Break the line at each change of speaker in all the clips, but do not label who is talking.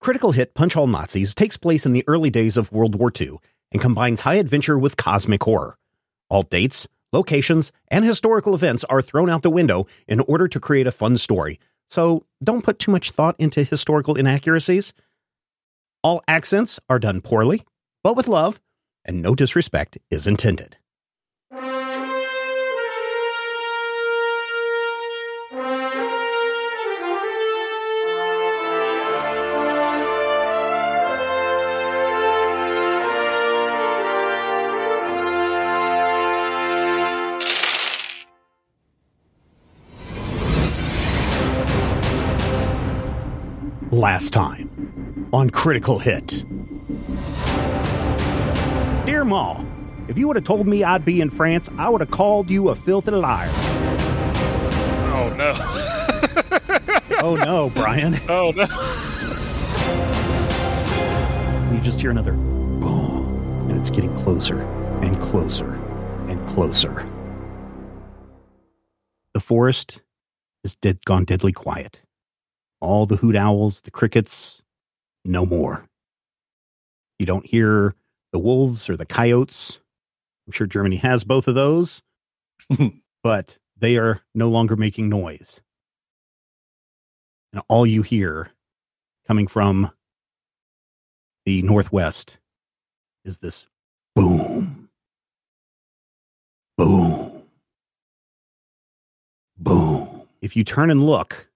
Critical hit Punch All Nazis takes place in the early days of World War II and combines high adventure with cosmic horror. All dates, locations, and historical events are thrown out the window in order to create a fun story, so don't put too much thought into historical inaccuracies. All accents are done poorly, but with love, and no disrespect is intended.
Oh,
Last time on Critical Hit. Dear Ma, if you would have told me I'd be in France, I would have called you a filthy liar.
Oh no!
Oh no, Brian.
Oh no!
You just hear another boom, and it's getting closer and closer and closer. The forest is dead, gone deadly quiet. All the hoot owls, the crickets, no more. You don't hear the wolves or the coyotes. I'm sure Germany has both of those, but they are no longer making noise. And all you hear coming from the northwest is this boom, boom, boom. If you turn and look,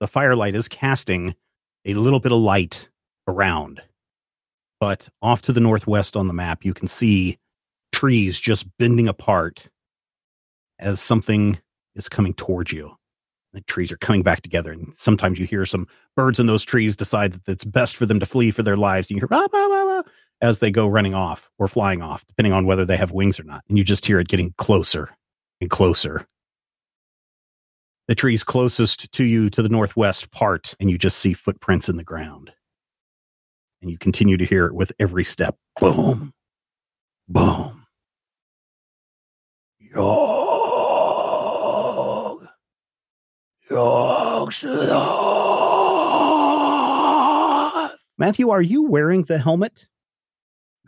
the firelight is casting a little bit of light around. But off to the northwest on the map, you can see trees just bending apart as something is coming towards you. The trees are coming back together, and sometimes you hear some birds in those trees decide that it's best for them to flee for their lives. And you hear "Bah, bah, bah, bah," as they go running off or flying off, depending on whether they have wings or not. And you just hear it getting closer and closer. The trees closest to you to the northwest part, and you just see footprints in the ground. And you continue to hear it with every step. Boom. Boom. Yog. Matthew, are you wearing the helmet?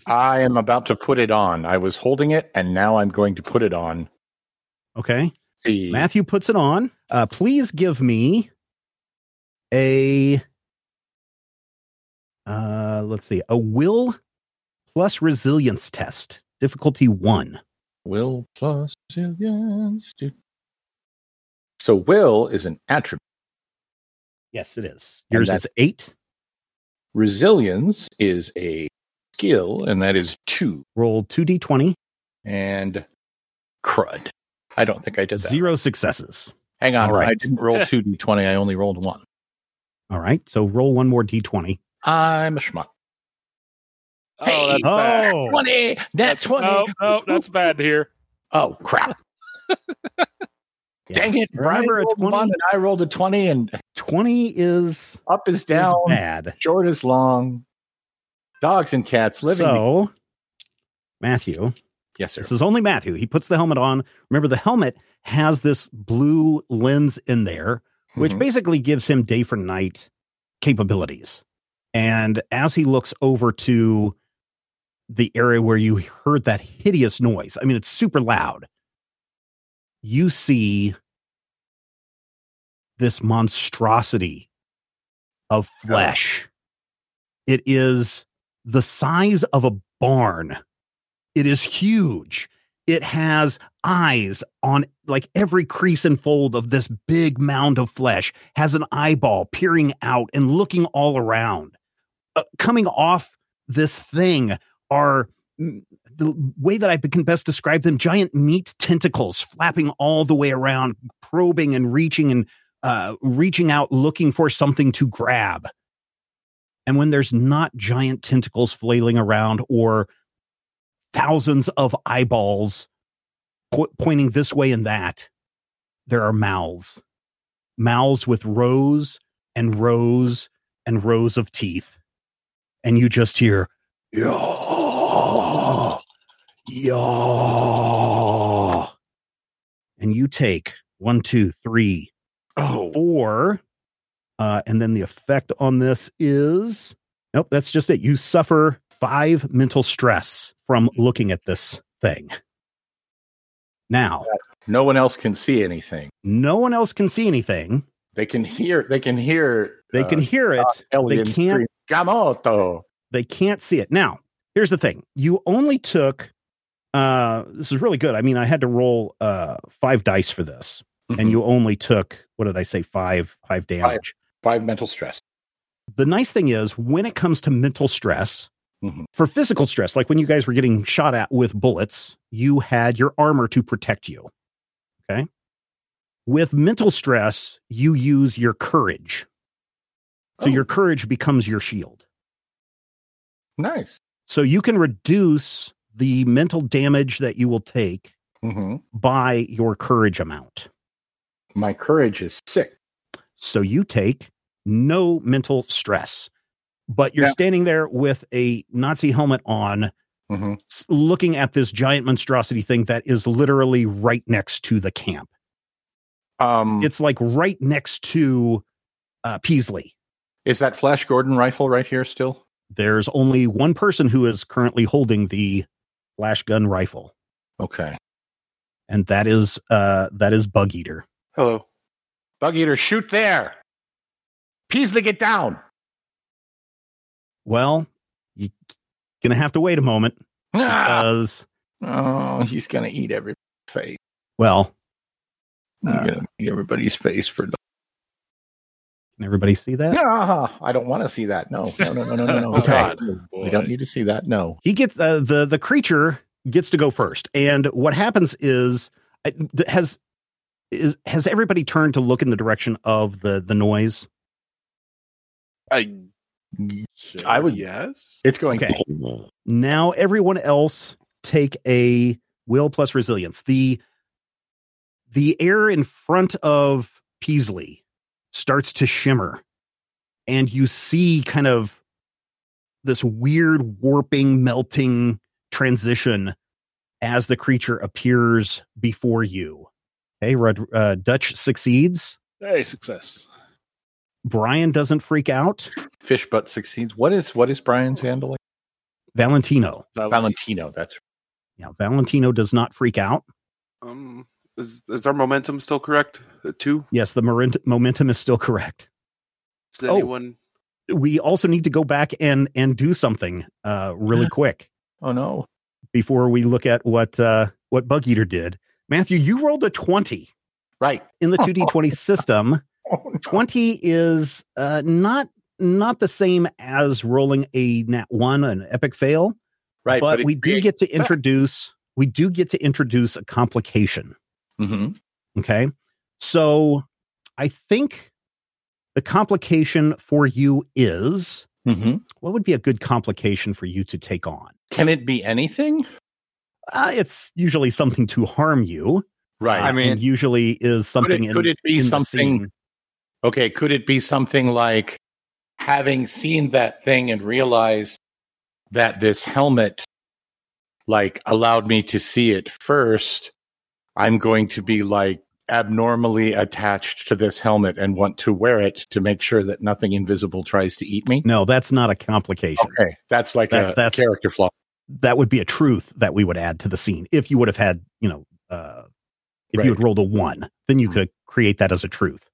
I am about to put it on. I was holding it, and now I'm going to put it on.
Okay.
See,
Matthew puts it on. Uh, please give me a uh, let's see, a will plus resilience test, difficulty one.
will plus resilience. do- So will is an attribute.
Yes, it is.
And
Yours
that's-
is eight.
Resilience is a skill, and that is two.
Roll two d twenty.
And crud. I don't think I did that.
Zero successes.
Hang on,
All right.
I didn't roll two d20. I only rolled one.
All right, so roll one more d twenty.
I'm a schmuck.
Oh, that's
Hey.
bad.
Oh,
Twenty, nat
That's
twenty.
No, no, that's bad here.
Oh crap!
Yeah.
Dang it! Brian
Remember a
rolled
20?
one, and I rolled a twenty, and
twenty is,
up is
is
down,
bad.
short is long. Dogs and cats living.
So, Matthew,
yes, sir.
This is only Matthew. He puts the helmet on. Remember, the helmet has this blue lens in there, which
Mhm.
basically gives him day for night capabilities. And as he looks over to the area where you heard that hideous noise, I mean, it's super loud. You see this monstrosity of flesh. It is the size of a barn. It is huge. It has eyes on like every crease and fold of this big mound of flesh, has an eyeball peering out and looking all around. Uh, coming off this thing are mm, the way that I can best describe them giant meat tentacles flapping all the way around, probing and reaching and uh, reaching out, looking for something to grab. And when there's not giant tentacles flailing around or thousands of eyeballs po- pointing this way and that. There are mouths, mouths with rows and rows and rows of teeth. And you just hear, yaw, yaw. And you take one, two, three,
oh,
four Uh, and then the effect on this is nope, that's just it. You suffer five mental stress from looking at this thing. Now,
No one else can see anything.
no one else can see anything.
They can hear. They can hear.
They can hear it.
They
can't-
Scream, Gamoto.
They can't see it. Now, here's the thing. You only took uh this is really good. I mean, I had to roll uh five dice for this.
Mm-hmm.
And you only took what did I say? Five five damage.
five mental stress.
The nice thing is when it comes to mental stress,
Mhm.
for physical stress, like when you guys were getting shot at with bullets, you had your armor to protect you. Okay. With mental stress, you use your courage. So
Oh.
your courage becomes your shield.
Nice.
So you can reduce the mental damage that you will take
hmm
by your courage amount.
My courage is sick.
So you take no mental stress, but you're
Yeah.
standing there with a Nazi helmet on,
hmm
s- looking at this giant monstrosity thing that is literally right next to the camp.
Um,
It's like right next to uh, Peasley.
is that Flash Gordon rifle right here still?
There's only one person who is currently holding the flash gun rifle,
Okay.
and that is uh, that is Bug Eater.
Hello.
Bug Eater, shoot there. Peasley, get down.
Well, you're gonna have to wait a moment
Ah!
because,
oh, he's gonna eat everybody's face.
well,
He's gonna eat everybody's face for.
can everybody see that?
Ah, I don't want to see that. No, no, no, no, no, no, no.
Okay.
Oh, God.
Oh, Boy.
We don't need to see that. No.
He gets uh, the the creature gets to go first, and what happens is I- th- has is, has everybody turned to look in the direction of the the noise?
I
I would-
yes.
It's going.
Okay. Now everyone else take a will plus resilience. The the air in front of Peasley starts to shimmer and you see kind of this weird warping melting transition as the creature appears before you. Hey, Rod, uh, Dutch succeeds.
Hey, success.
Brian doesn't freak out.
Fish butt succeeds. What is what is Brian's handling?
Valentino.
Valentino. That's
Yeah, Valentino does not freak out.
Um, is is our momentum still correct? Uh, two.
Yes, the moren- momentum is still correct.
Is
Oh.
anyone?
we also need to go back and and do something uh really quick
oh no.
before we look at what uh what bug eater did matthew you rolled a 20
Right.
in the 2d20 system
Oh,
20 is uh not not the same as rolling a nat 1 an epic fail
Right.
but,
it
we do
creates-
get to introduce we do get to introduce a complication
Mhm.
Okay. So I think the complication for you is
Mhm.
what would be a good complication for you to take on?
Can it be anything?
Uh, it's usually something to harm you.
Right.
uh,
I mean-
and usually is
could
something
it, could
in,
it be
in the
something?
scene.
Okay. Could it be something like having seen that thing and realized that this helmet like allowed me to see it first? I'm going to be like abnormally attached to this helmet and want to wear it to make sure that nothing invisible tries to eat me.
No, that's not a complication.
Okay, that's like
That-
a
that's-
character flaw.
That would be a truth that we would add to the scene if you would have had, you know, uh, if
Right.
you had rolled a one, then you
Mhm.
could create that as a truth.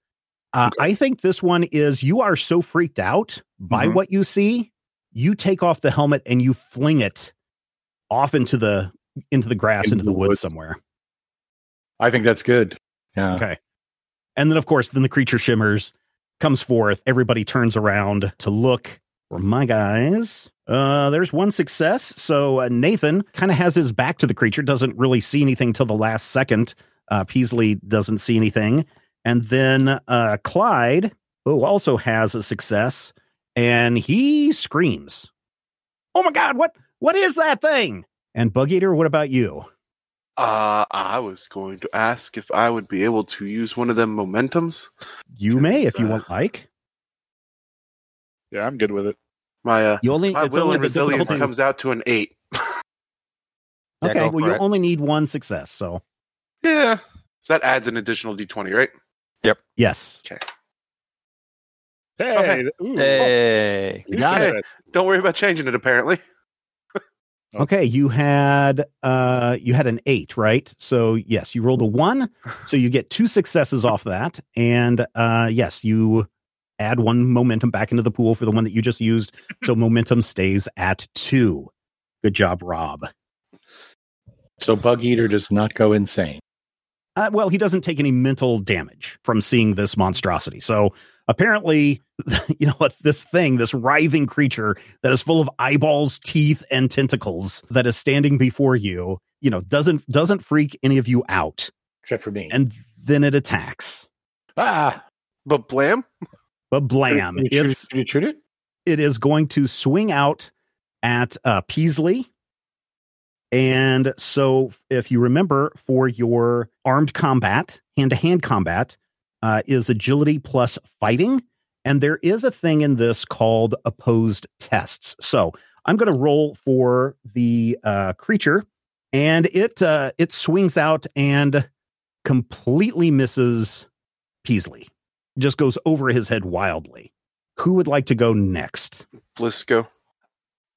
Uh, I think this one is you are so freaked out by
Mhm.
what you see, you take off the helmet and you fling it off into the into the grass
Into
into the
the
woods
woods.
somewhere.
I think that's good. Yeah.
Okay. And then of course, then the creature shimmers, comes forth, everybody turns around to look for my guys. Uh there's one success. So uh, Nathan kind of has his back to the creature, doesn't really see anything till the last second. Uh Peasley doesn't see anything. And then uh Clyde, who also has a success, and he screams. Oh my god, what what is that thing? And Bug Eater, what about you?
Uh, I was going to ask if I would be able to use one of them momentums.
You may if you
Uh,
want like.
Yeah, I'm good with it.
My uh,
You only
my
it's
will
only
and
the
resilience
difficulty-
comes out to an eight.
Yeah,
Okay,
go
well,
for
you
it.
only need one success. So,
Yeah. So that adds an additional d20, right?
yes.
Okay.
Hey, ooh, oh,
Hey.
you
got
said
Don't worry about changing it, apparently.
Okay, you had uh you had an 8, right? So yes, you rolled a 1, so you get two successes off that and uh yes, you add one momentum back into the pool for the one that you just used, so momentum stays at 2. Good job, Rob.
So Bug Eater does not go insane.
Uh, well, he doesn't take any mental damage from seeing this monstrosity. So apparently, you know what? This thing, this writhing creature that is full of eyeballs, teeth, and tentacles that is standing before you, you know, doesn't doesn't freak any of you out,
Except for me.
and then it attacks.
ah!
But blam,
But blam!
You shoot,
It's
it- you shoot it?
it is going to swing out at uh, Peasley. And so, if you remember, for your armed combat, hand to hand combat, uh, is agility plus fighting. And there is a thing in this called opposed tests. So I'm going to roll for the uh, creature, and it uh, it swings out and completely misses Peasley. Just goes over his head wildly. Who would like to go next?
Blisco.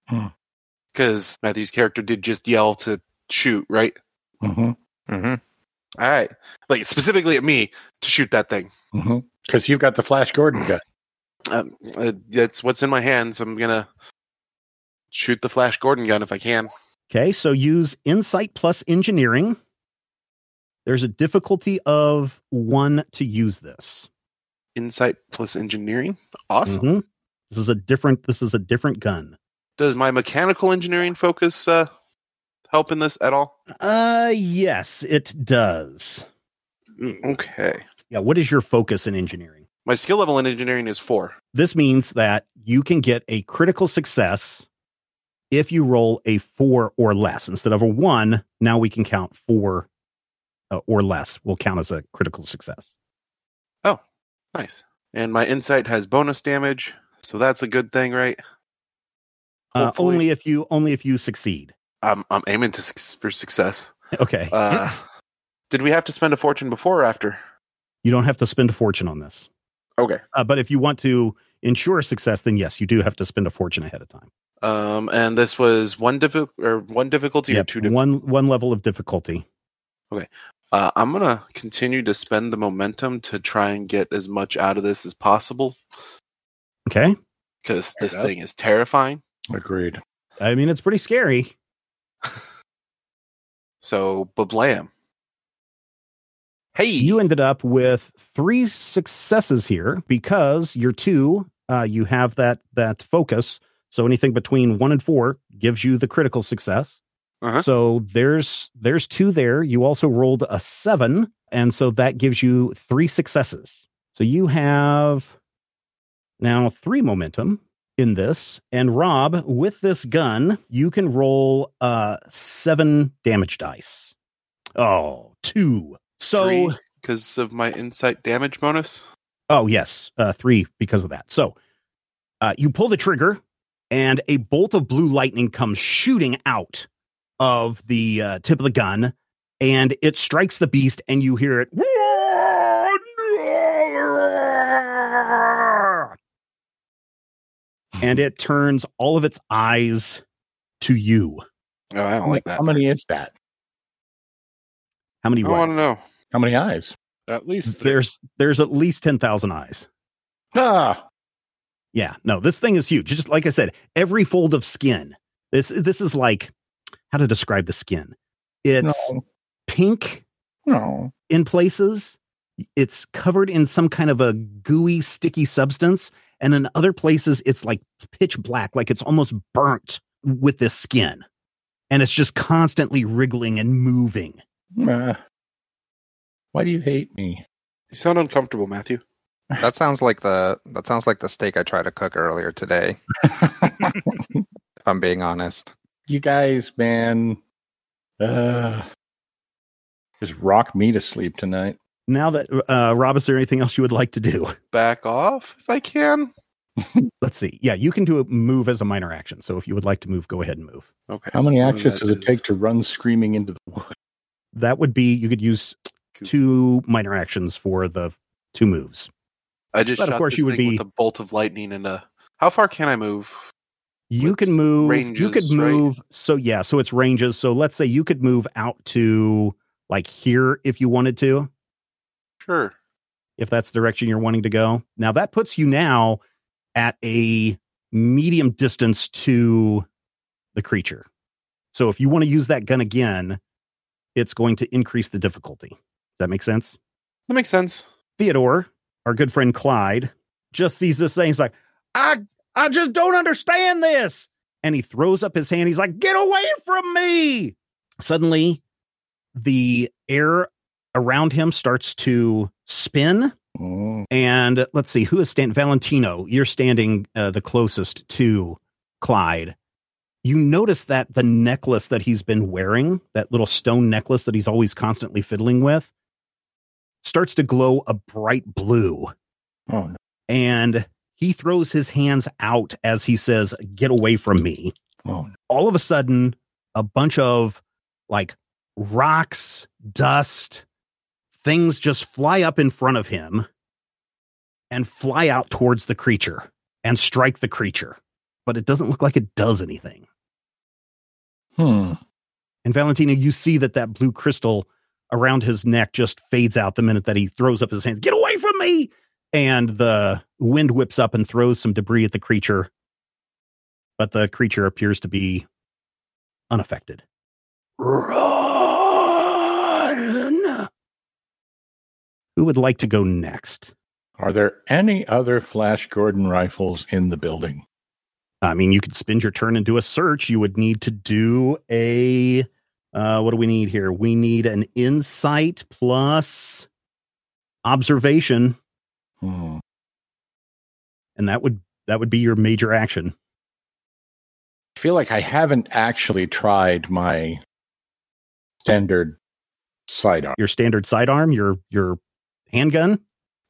Hmm.
Because Matthew's character did just yell to shoot, right?
hmm
Mm-hmm.
All right. Like specifically at me to shoot that thing.
hmm Because you've got the Flash Gordon gun.
Um, uh, that's what's in my hands. I'm gonna shoot the Flash Gordon gun if I can.
Okay, so use insight plus engineering. There's a difficulty of one to use this.
Insight plus engineering. Awesome.
Mhm. This is a different. This is a different gun.
Does my mechanical engineering focus uh, help in this at all?
Uh, yes, it does.
ooh,
Okay.
Yeah. What is your focus in engineering?
My skill level in engineering is four.
This means that you can get a critical success if you roll a four or less instead of a one. Now we can count four uh, or less. Will count as a critical success.
Nice. And my insight has bonus damage, so that's a good thing, right?
Uh,
Hopefully.
only if you only if you succeed.
I'm I'm aiming to suc for success.
Okay.
Uh,
Mm-hmm.
did we have to spend a fortune before or after?
You don't have to spend a fortune on this.
Okay.
Uh, but if you want to ensure success, then yes, you do have to spend a fortune ahead of time.
Um, and this was one diffi- or one difficulty or
Yep,
two. Diffi-
one one level of difficulty.
Uh, I'm gonna continue to spend the momentum to try and get as much out of this as possible
Okay.
because
Fair
this
enough.
thing is terrifying.
Agreed.
I mean, it's pretty scary.
So, bablam. Hey,
You ended up with three successes here because you're two. Uh, you have that that focus. So anything between one and four gives you the critical success.
Uh-huh.
So there's there's two there. You also rolled a seven, and so that gives you three successes. So you have now three momentum in this. And Rob, with this gun, you can roll uh seven damage dice. Oh, two. So
because of my insight damage bonus.
Oh yes, uh, three because of that. So uh, you pull the trigger, and a bolt of blue lightning comes shooting out of the uh, tip of the gun, and it strikes the beast, and you hear it. And it turns all of its eyes to you.
Oh, I don't like that.
How many is that?
How many?
I
what?
want to know.
How many eyes?
at least three.
There's there's at least ten thousand eyes.
Ah!
Yeah, no, this thing is huge. Just like I said, every fold of skin. This this is like how to describe the skin. It's
no.
pink
No.
in places. It's covered in some kind of a gooey, sticky substance, and in other places, it's like pitch black, like it's almost burnt with this skin, and it's just constantly wriggling and moving.
Ah. why do you hate me?
You sound uncomfortable, Matthew.
That sounds like the that sounds like the steak I tried to cook earlier today. If I'm being honest.
you guys, man. Uh, just rock me to sleep tonight.
Now that uh, Rob, is there anything else you would like to do?
Back off if I can.
Let's see. Yeah, you can do a move as a minor action. So if you would like to move, go ahead and move.
Okay.
How many
What
actions
that
does it
is-
take to run screaming into the wood?
that would be you could use two minor actions for the two moves.
I just
But of
shot
course
this
you would
thing
be-
with a bolt of lightning and a. How far can I move?
You
With
can move. you could
ranges, right?
move. So yeah. So it's ranges. So let's say you could move out to like here if you wanted to,
Sure.
if that's the direction you're wanting to go. Now that puts you now at a medium distance to the creature. So if you want to use that gun again, it's going to increase the difficulty. Does that make sense?
That makes sense.
Theodore, our good friend Clyde, just sees this thing. He's like, I, I just don't understand this. And he throws up his hand. He's like, get away from me. Suddenly, the air around him starts to spin.
Mm.
And let's see, who is standing? Valentino, you're standing uh, the closest to Clyde. You notice that the necklace that he's been wearing, that little stone necklace that he's always constantly fiddling with, starts to glow a bright blue.
Oh, no.
And he throws his hands out as he says, Get away from me
Oh, no.
all of a sudden a bunch of like rocks, dust, things just fly up in front of him and fly out towards the creature and strike the creature. But it doesn't look like it does anything.
Hmm.
And Valentina, you see that that blue crystal around his neck just fades out the minute that he throws up his hands. Get away from me! And the wind whips up and throws some debris at the creature. But the creature appears to be unaffected. Run! Who would like to go next?
Are there any other Flash Gordon rifles in the building?
I mean, you could spend your turn and do a search. You would need to do a. Uh, what do we need here? We need an insight plus observation,
Hmm.
and that would that would be your major action.
I feel like I haven't actually tried my standard sidearm.
Your standard sidearm, your your handgun.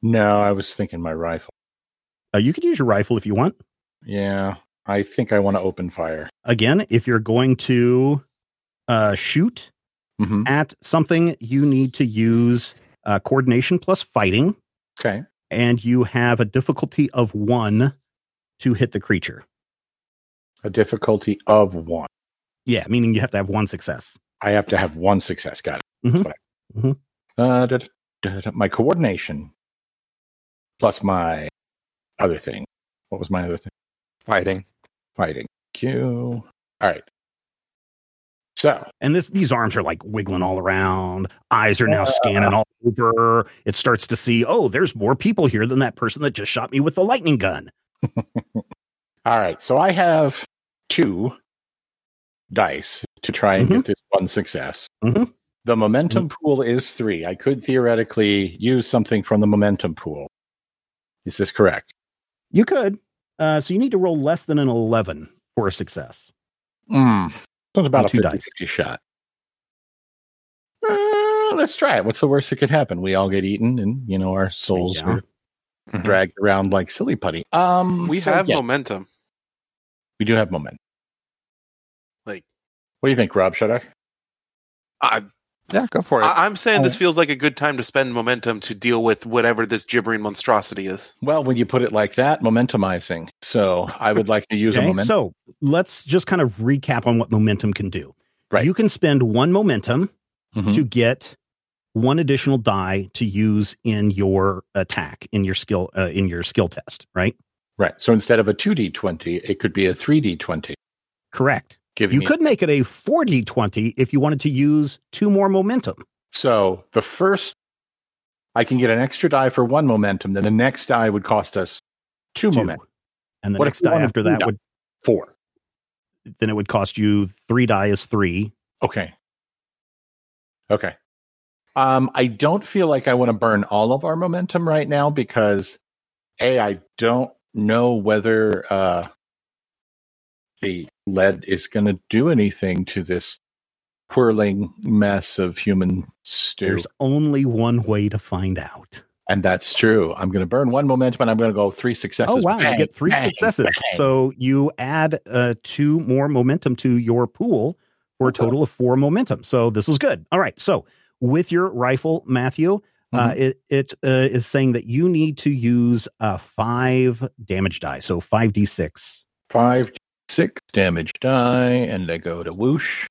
No, I was thinking my rifle.
Uh, you could use your rifle if you want.
Yeah, I think I want to open fire.
Again, if you're going to uh, shoot
Mm-hmm.
at something, you need to use uh, coordination plus fighting,
Okay.
and you have a difficulty of one to hit the creature.
A difficulty of one.
Yeah, meaning you have to have one success.
I have to have one success. Got it.
Mhm.
That's what I-
Mhm.
Uh, da- da- da- my coordination plus my other thing. What was my other thing?
Fighting.
Fighting. Q. All right. So
And this these arms are like wiggling all around. Eyes are now scanning all over. It starts to see, oh, there's more people here than that person that just shot me with the lightning gun.
All right, so I have two dice to try and get this one success.
Mhm.
The momentum pool is three. I could theoretically use something from the momentum pool. Is this correct?
You could. Uh, so you need to roll less than an eleven for a success.
Mm. So it's about a
Two
50
dice.
50 shot. Uh, let's try it. What's the worst that could happen? We all get eaten and, you know, our souls
Yeah.
are
Mhm.
dragged around like silly putty. Um,
We
so,
have
yeah,
momentum.
We do have momentum.
Like-
what do you think, Rob? Should I?
I,
Yeah, go for it.
I, I'm saying this feels like a good time to spend momentum to deal with whatever this gibbering monstrosity is.
Well, when you put it like that, momentumizing. So I would like to use a
Okay?
momentum.
So let's just kind of recap on what momentum can do.
Right.
You can spend one momentum
Mhm.
to get one additional die to use in your attack in your skill uh, in your skill test. Right.
Right. So instead of a 2d20, it could be a 3d20.
Correct.
Giving
You
me-
could make it a 4d20 if you wanted to use two more momentum.
So the first, I can get an extra die for one momentum. Then the next die would cost us two,
Two.
momentum.
And the
What if
next
you
die
wanted
after
three
that
die?
would
Four.
then it would cost you three die is three.
Okay. Okay. Um, I don't feel like I want to burn all of our momentum right now because A, I don't know whether uh the lead is gonna do anything to this whirling mess of human stew.
There's only one way to find out.
and that's true. I'm gonna burn one momentum and I'm gonna go three successes.
oh wow,
Bang,
you get three
bang,
successes.
bang.
So you add uh, two more momentum to your pool for a
Okay.
total of four momentum. So this is good. All right. So with your rifle, Matthew, Uh,
Mm-hmm.
it it uh, is saying that you need to use uh, five damage die, so five d six.
Five, six damage die, and I go to whoosh.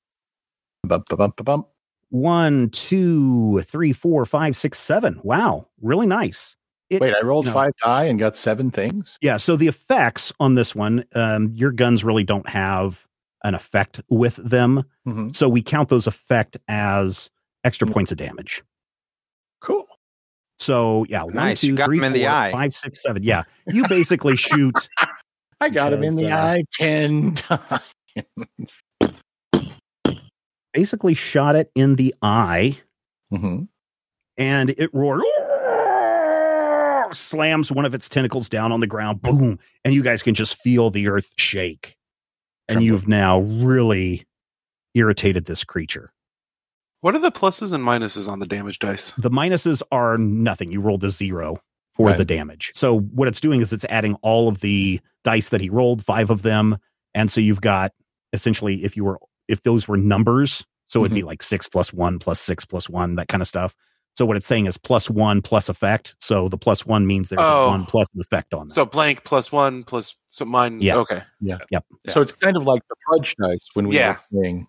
Bump, bump, bump, bump.
One, two, three, four, five, six, seven. Wow, really nice. It-
Wait, I rolled
no.
five die and got seven things.
Yeah, so the effects on this one, um, your guns really don't have an effect with them,
Mhm.
so we count those effect as extra
Mm.
points of damage.
Cool.
So yeah, one,
Nice, you
two,
got
three,
him in the
four,
eye.
five, six, seven. Yeah, you basically shoot.
I got him in the
Because, uh,
eye ten times.
basically shot it in the eye
Mhm.
and it roared slams one of its tentacles down on the ground boom and you guys can just feel the earth shake and
Tremble.
you've now really irritated this creature
What are the pluses and minuses on the damage dice?
the minuses are nothing you rolled a zero for
Right.
the damage so what it's doing is it's adding all of the dice that he rolled five of them and so you've got essentially if you were if those were numbers so it'd be like six plus one plus six plus one that kind of stuff so what it's saying is plus one plus effect so the plus one means there's
Oh.
a one plus an effect on that
So blank plus one plus so mine.
Yeah.
Okay. Yeah.
So it's kind of like the fudge dice when we
Yeah.
were playing.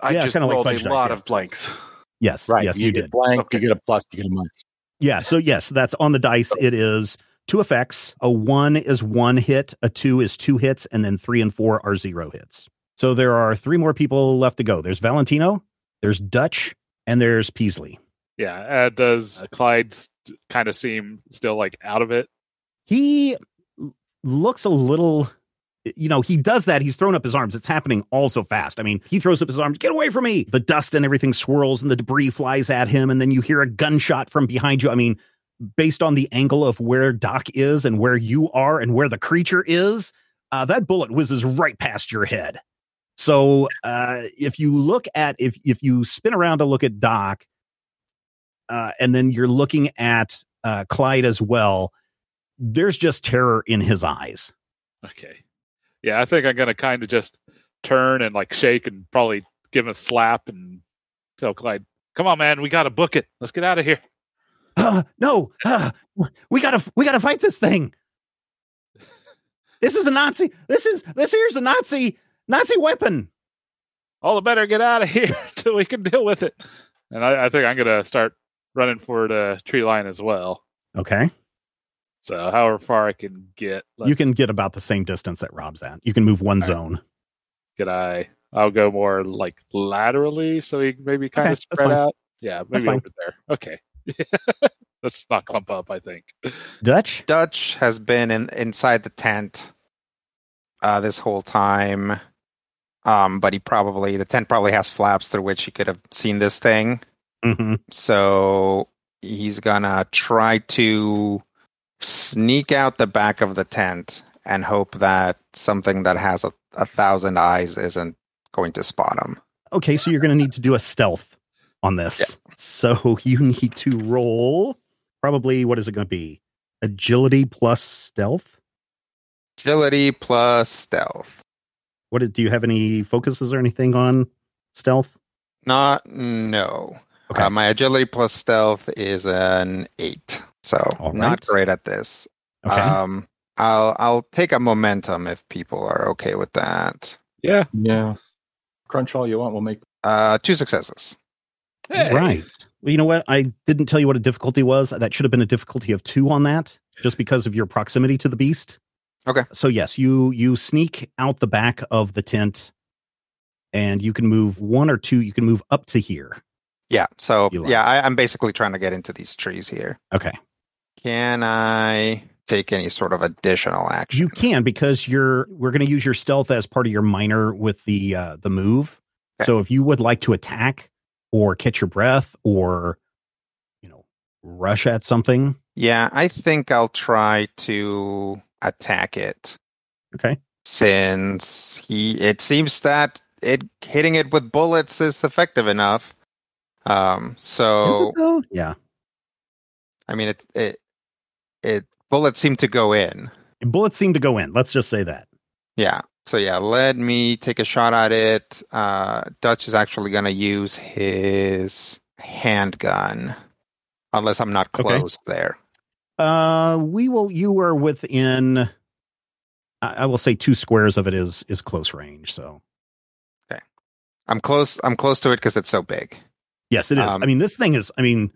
I
Yeah,
just
kinda like
rolled
fudge
a
dice,
lot
yeah.
of blanks.
yes
Right.
yes
you,
you,
get
did
blank,
Okay.
you get a plus, you get a minus.
yeah so yes that's on the dice it is two effects a one is one hit a two is two hits and then three and four are zero hits so there are three more people left to go there's valentino there's dutch and there's peasley
Yeah. Uh, does Clyde st- kind of seem still like out of it?
he l- looks a little you know he does that he's thrown up his arms it's happening all so fast i mean he throws up his arms get away from me the dust and everything swirls and the debris flies at him and then you hear a gunshot from behind you i mean based on the angle of where doc is and where you are and where the creature is uh, that bullet whizzes right past your head so uh, if you look at if if you spin around to look at doc uh, and then you're looking at uh, clyde as well there's just terror in his eyes.
Okay. Yeah, I think I'm gonna kind of just turn and like shake and probably give him a slap and tell Clyde, "Come on, man, we gotta book it. Let's get out of here."
"Ah, no, ah, we gotta we gotta fight this thing. This is a Nazi. This is this here's a Nazi Nazi weapon.
All the better get out of here till we can deal with it. And I, I think I'm gonna start running for the tree line as well.
Okay,
So however far I can get,
you can get about the same distance that Rob's at. You can move one
All right.
zone.
Could I? I'll go more like laterally, so he can maybe kind
Okay,
of
that's
spread
fine.
out. Yeah,
That's
maybe
fine.
over there. Okay. Let's not clump up. I think.
Dutch.
Dutch has been in, inside the tent uh, this whole time, um, but he probably the tent probably has flaps through which he could have seen this thing.
Mm-hmm.
So he's gonna try to sneak out the back of the tent and hope that something that has a, a thousand eyes isn't going to spot him.
Okay, so you're gonna need to do a stealth on this. So you need to roll probably what is it gonna be? Agility plus stealth.
Agility plus stealth.
What do you have any focuses or anything on stealth?
Not no.
Okay.
Uh, my agility plus stealth is an eight, so
All right.
not great at this.
Okay.
Uh,
Um, I'll I'll take a momentum if people are okay with that.
Yeah.
Yeah. Crunch all you want, we'll make.
Uh, two successes.
Hey.
Right. Well, you know what? I didn't tell you what a difficulty was. That should have been a difficulty of two on that, just because of your proximity to the beast.
Okay.
So yes, you you sneak out the back of the tent, and you can move one or two. You can move up to here.
Yeah. So
You like
yeah, I, I'm basically trying to get into these trees here.
Okay.
Can I take any sort of additional action?
You can because you're. We're going to use your stealth as part of your minor with the uh, the move.
Okay.
So if you would like to attack or catch your breath or, you know, rush at something.
Yeah, I think I'll try to attack it.
Okay.
Since he, it seems that it hitting it with bullets is effective enough. Um.
Is
So
it though? Yeah.
I mean, it it it bullets seem to go in.
Bullets seem to go in. Let's just say that.
Yeah. So yeah, let me take a shot at it. Uh, Dutch is actually gonna use his handgun unless I'm not
Okay.
closed there.
Uh, we will. You are within. I, I will say two squares of it is is close range. So
I'm close. I'm close to it because it's so big.
yes, it is.
Um,
I mean, this thing is. I mean,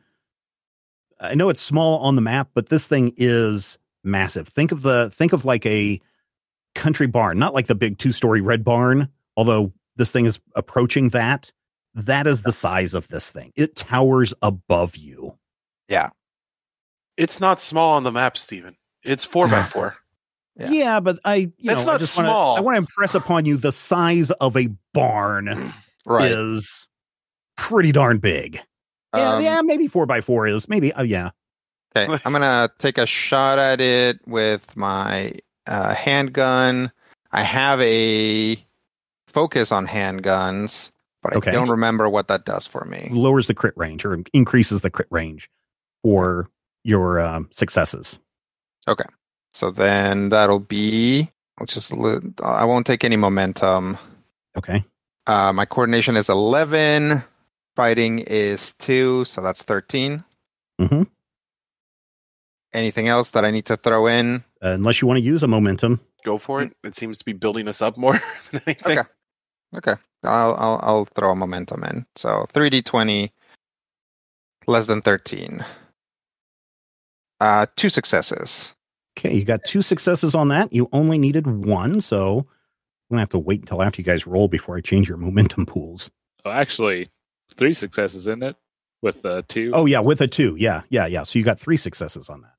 I know it's small on the map, but this thing is massive. Think of the think of like a country barn, not like the big two story red barn. Although this thing is approaching that. That is the size of this thing. It towers above you.
It's not small on the map, Steven. It's four by four.
Yeah.
Yeah, but I. You
That's
know, I
not
just
small.
Wanna, I want to impress upon you the size of a barn.
Right.
is pretty darn big. Yeah,
Um,
yeah, maybe four by four is maybe. Oh, yeah.
Okay, I'm gonna take a shot at it with my uh, handgun. I have a focus on handguns, but
Okay.
I don't remember what that does for me.
Lowers the crit range or increases the crit range for your um, successes.
So then that'll be. I'll just. li- I won't take any momentum.
Okay.
Uh, my coordination is 11. Fighting is two, so that's 13.
Mhm.
Anything else that I need to throw in?
Uh, unless you want to use a momentum.
Go for it. It seems to be building us up more than anything.
Okay. Okay. I'll I'll I'll throw a momentum in. So 3d20 less than 13. Uh two successes.
Okay. You got two successes on that. You only needed one. So I'm going to have to wait until after you guys roll before I change your momentum pools.
Oh, actually, three successes, isn't it? With the two.
Oh, yeah. With a two. Yeah. Yeah. Yeah. So you got three successes on that.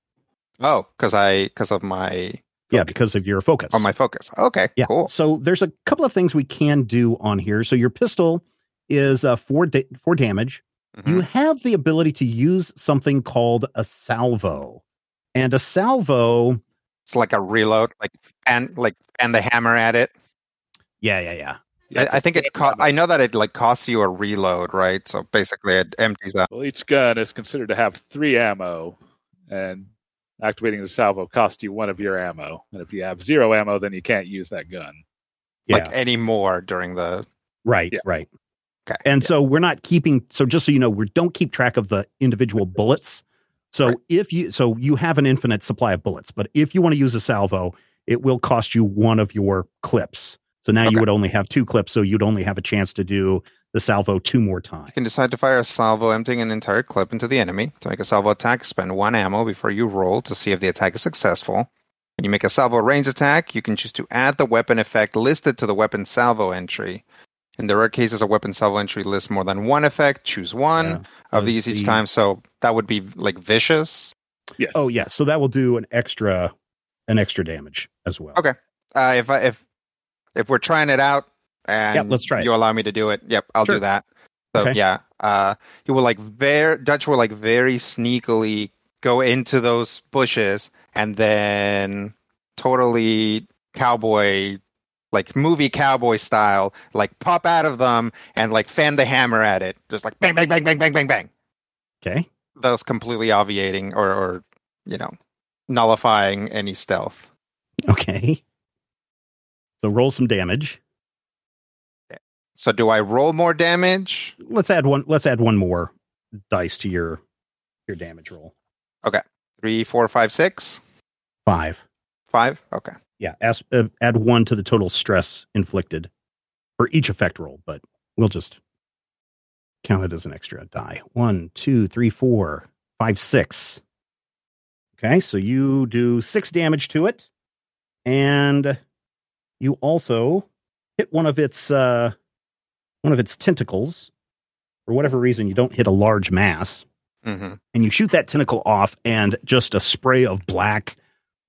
Oh, cuz I cuz of my
Yeah. Because of your focus.
on my focus. Okay,
Yeah.
cool.
So there's a couple of things we can do on here. So your pistol is uh, four da- four damage. You have the ability to use something called a salvo, and a salvo.
It's like a reload like and like and the hammer at it.
Yeah, yeah, yeah.
Yeah,
I, I think it co- I know that it like costs you a reload, right? So basically it empties out.
Well, each gun is considered to have three ammo, and activating the salvo costs you one of your ammo. And if you have zero ammo, then you can't use that gun.
Yeah.
like any more during the
right.
yeah.
Right.
okay.
And so we're not keeping. So just so you know, we don't keep track of the individual bullets. So
Right.
if you so you have an infinite supply of bullets, but if you want to use a salvo, it will cost you one of your clips. So now
Okay.
you would only have two clips, so you'd only have a chance to do the salvo two more times.
You can decide to fire a salvo emptying an entire clip into the enemy. To make a salvo attack, spend one ammo before you roll to see if the attack is successful. When you make a salvo range attack, you can choose to add the weapon effect listed to the weapon salvo entry. In the rare cases a weapon salvo entry lists more than one effect, choose one
Yeah.
of
Uh,
these each
the-
time. So that would be like vicious.
Yes.
Oh yeah, so that will do an extra an extra damage as well.
Okay. Uh, if I, if if we're trying it out and
Yep, let's try it.
you allow me to do it, yep, I'll
Sure.
do that. So
Okay.
yeah, uh, you will like very Dutch will like very sneakily go into those bushes and then totally cowboy like movie cowboy style like pop out of them and like fan the hammer at it just like bang bang bang bang bang bang bang
Okay.
thus completely obviating or or you know nullifying any stealth
Okay. So roll some damage.
so do i roll more damage
Let's add one let's add one more dice to your your damage roll.
three, four, five, six,
5.
five. Okay.
Yeah, as, uh, add 1 to the total stress inflicted for each effect roll, but we'll just count it as an extra die. One, two, three, four, five, six. Okay, so you do 6 damage to it and you also hit one of its uh one of its tentacles. For whatever reason, you don't hit a large mass.
Mm-hmm.
and you shoot that tentacle off and just a spray of black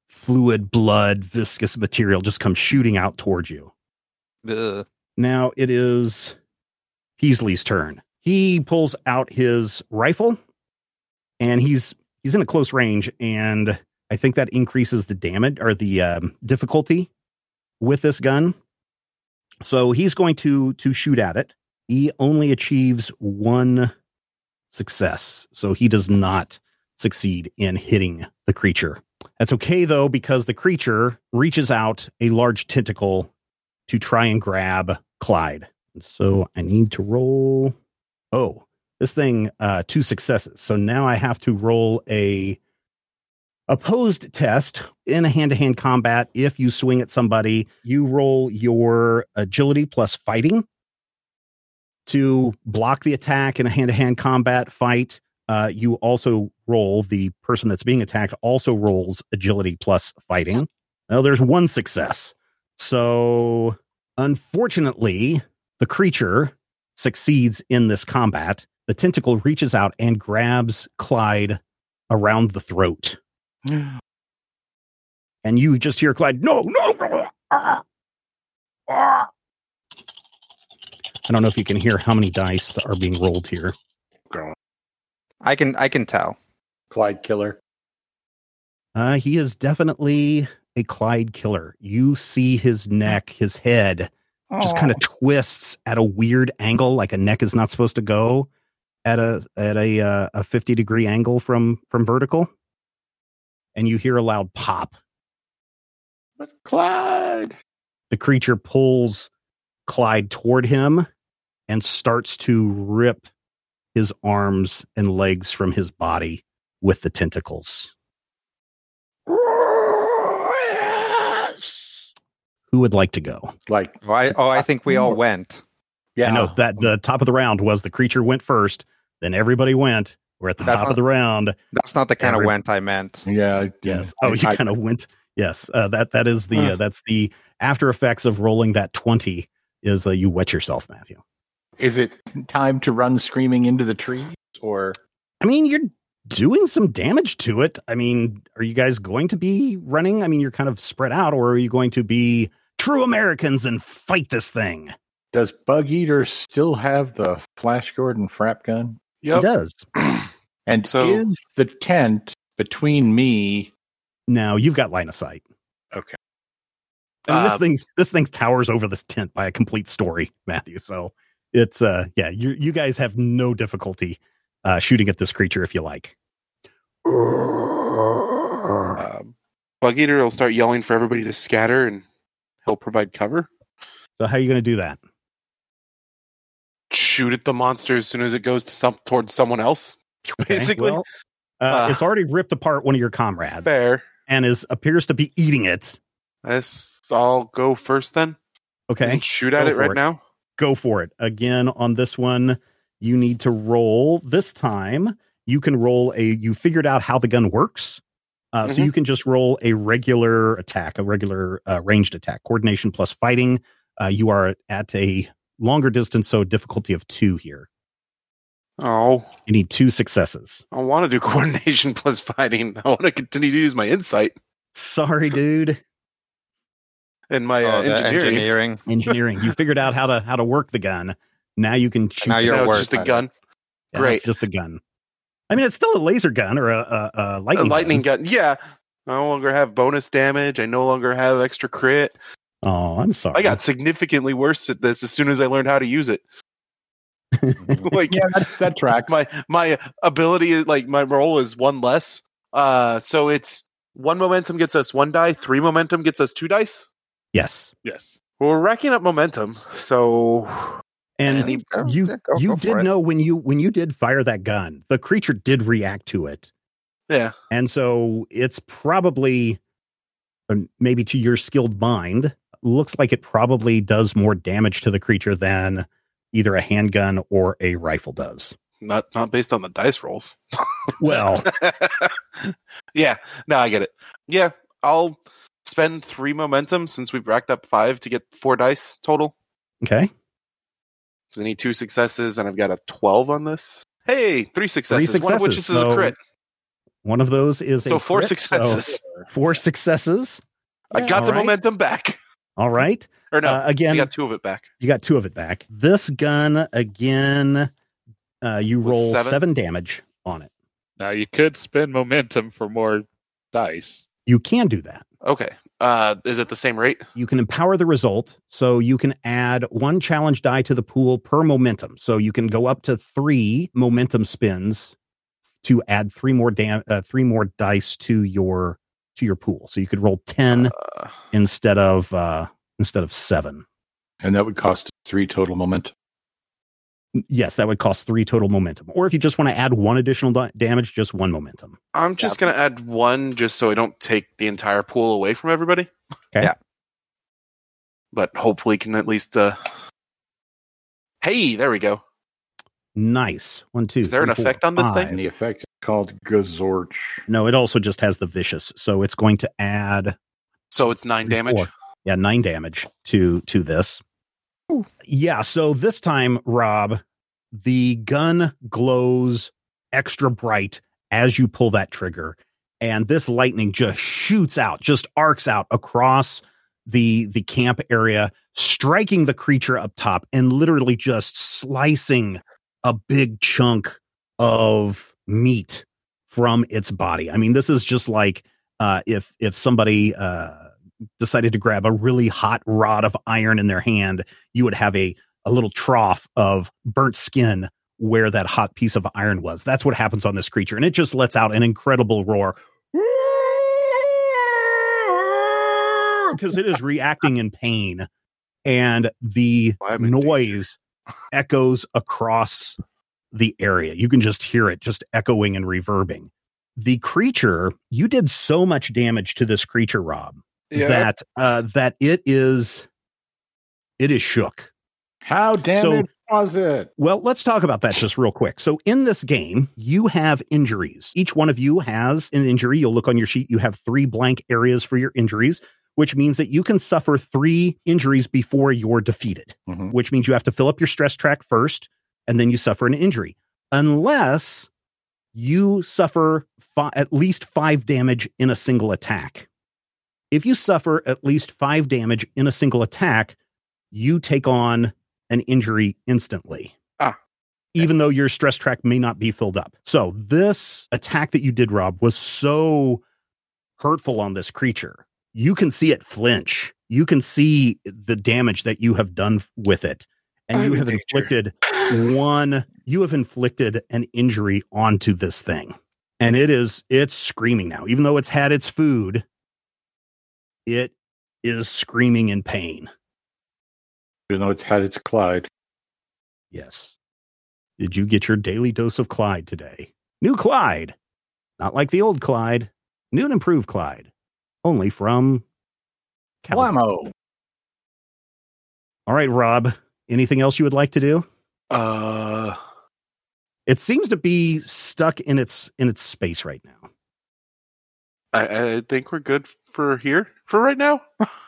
fluid blood viscous material just comes shooting out towards you
The
now it is Heasley's turn. He pulls out his rifle and he's he's in a close range and I think that increases the damage or the um, difficulty with this gun. So he's going to to shoot at it. He only achieves one success. So he does not succeed in hitting the creature. That's okay though because the creature reaches out a large tentacle to try and grab Clyde. And so I need to roll. Oh, this thing uh, two successes. So now I have to roll a opposed test in a hand to hand combat. If you swing at somebody, you roll your agility plus fighting to block the attack in a hand to hand combat fight. Uh, you also roll the person that's being attacked also rolls agility plus fighting. Well, there's one success. So unfortunately, the creature succeeds in this combat, the tentacle reaches out and grabs Clyde around the throat. And you just hear Clyde, no, no. ah, ah." I don't know if you can hear how many dice that are being rolled here.
I can I can tell.
Clyde Killer.
Uh, he is definitely a Clyde killer. You see his neck, his head just kind of twists at a weird angle, like a neck is not supposed to go at a at a uh, a fifty degree angle from from vertical, and you hear a loud pop.
But Clyde.
The creature pulls Clyde toward him and starts to rip his arms and legs from his body with the tentacles. Who would like to go?
Like,
Oh, I, oh, I think we all went.
yeah.
I know that the top of the round was the creature went first, then everybody went. We're at the
That's
top of
not-
the round.
That's not the kind
Every-
of went I meant.
Yeah. I-
Yes.
yeah.
Oh, you
I-
kind of went. Yes. Uh, that that is the
Huh.
uh, that's the after effects of rolling that twenty is uh, you wet yourself, Matthew.
Is it time to run screaming into the trees or
I mean, you're doing some damage to it. I mean, are you guys going to be running? I mean, you're kind of spread out, or are you going to be true Americans and fight this thing?
does Bug Eater still have the Flash Gordon frap gun?
It
Yep.
does.
And
So-
is the tent between me?
No, you've got line of sight.
Okay.
I mean, this
Uh,
thing's this thing's towers over this tent by a complete story, Matthew. So it's uh yeah, you you guys have no difficulty uh shooting at this creature if you like.
Um, Bug Eater will start yelling for everybody to scatter, and he'll provide cover.
So how are you gonna do that?
Shoot at the monster as soon as it goes to some towards someone else.
Okay,
Basically,
well, uh,
uh,
it's already ripped apart one of your comrades
fair.
and is appears to be eating it.
This I'll go first then. You
Okay.
can Shoot
Go
at it
for
right
it.
now.
go for it. Again, on this one, you need to roll. This time, you can roll a. You figured out how the gun works. Uh, So
Mhm.
you can just roll a regular attack, a regular uh, ranged attack, coordination plus fighting. Uh, you are at a longer distance, so difficulty of two here.
Oh,
You need two successes.
I want to do coordination plus fighting. I want to continue to use my insight
Sorry, dude.
and my uh,
oh, the
engineering.
engineering.
Engineering. you figured out how to how to work the gun. Now you can shoot.
Now
the
you're
No,
gun.
it's
a worse
just a
at it.
gun,
Yeah, no, it's
great.
just a gun. I mean, it's still a laser gun or a, a, a
a
lightning.
lightning gun. Yeah, I no longer have bonus damage. I no longer have extra crit.
Gun. Oh, I'm sorry.
I
Uh-huh.
got significantly worse at this as soon as I learned how to use it. like
Yeah, that, that track.
my my ability is like my roll is one less. Uh so it's one momentum gets us one die, three momentum gets us two dice.
yes.
Yes.
We're racking up momentum. So
And
Yeah, go-
you
yeah, go-
you
go for
did
it.
know when you when you did fire that gun, the creature did react to it,
yeah.
and so it's probably um, maybe to your skilled mind looks like it probably does more damage to the creature than either a handgun or a rifle does.
Not not based on the dice rolls.
Well,
yeah, no, I get it. Yeah, I'll spend three momentum since we've racked up five to get four dice total.
okay,
Because I need two successes and I've got a twelve on this. Hey, three successes.
successes,
one of which is
so
a crit.
one of those is
So
a
four
crit, so
successes.
four successes.
I got the
All right.
momentum back.
All right.
Or no,
uh, again,
I got two of it back.
you got two of it back. This gun again, uh, you
Was
roll
seven?
seven damage on it.
Now you could spend momentum for more dice.
You can do that.
Okay. Uh, is it the same rate?
You can empower the result. So you can add one challenge die to the pool per momentum. So you can go up to three momentum spins to add three more dam- uh, three more dice to your to your pool. So you could roll ten
Uh,
instead of uh, instead of seven.
And that would cost three total momentum.
yes, that would cost three total momentum. Or if you just want to add one additional da- damage, just one momentum.
I'm just gonna add one just so I don't take the entire pool away from everybody.
Okay.
Yeah.
But hopefully can at least uh Hey, there we go.
Nice. One, two.
Is there an
three,
effect on this thing?
five.
And the effect is called Gazorch.
No, it also just has the vicious, so it's going to add
So it's nine damage.
four. Yeah, nine damage to to this. Yeah. So this time, Rob, the gun glows extra bright as you pull that trigger, and this lightning just shoots out, just arcs out across the the camp area, striking the creature up top and literally just slicing a big chunk of meat from its body. I mean, this is just like uh, if if somebody uh, decided to grab a really hot rod of iron in their hand, you would have a a little trough of burnt skin where that hot piece of iron was. That's what happens on this creature, and it just lets out an incredible roar because it is reacting in pain, and the
I'm in danger.
noise echoes across the area. You can just hear it just echoing and reverbing. The creature, you did so much damage to this creature, Rob, that uh, that it is it is shook.
How damaged
So-
was it?
Well, let's talk about that just real quick. So, in this game, you have injuries. Each one of you has an injury. You'll look on your sheet, you have three blank areas for your injuries, which means that you can suffer three injuries before you're defeated,
Mhm.
which means you have to fill up your stress track first and then you suffer an injury, unless you suffer fi- at least five damage in a single attack. If you suffer at least five damage in a single attack, you take on an injury instantly even though your stress track may not be filled up. So this attack that you did, Rob, was so hurtful on this creature. You can see it flinch. You can see the damage that you have done with it. And
I'm
you
in
have
danger.
inflicted one, you have inflicted an injury onto this thing. And it is, it's screaming now. Even though it's had its food, it is screaming in pain.
You know, it's had its Clyde.
Yes. Did you get your daily dose of Clyde today? New Clyde. Not like the old Clyde. New and improved Clyde. Only from Cal-
Blammo.
All right, Rob. Anything else you would like to do?
Uh
It seems to be stuck in its in its space right now.
I, I think we're good for here for right now.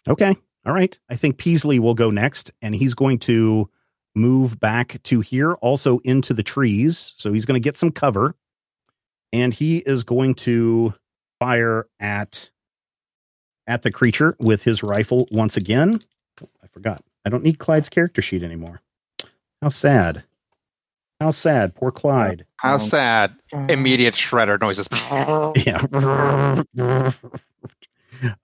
Okay. All right. I think Peasley will go next, and he's going to move back to here, also into the trees. So he's going to get some cover, and he is going to fire at at the creature with his rifle once again. I forgot. I don't need Clyde's character sheet anymore. How sad. How sad. Poor Clyde.
How sad. Immediate shredder noises.
Yeah.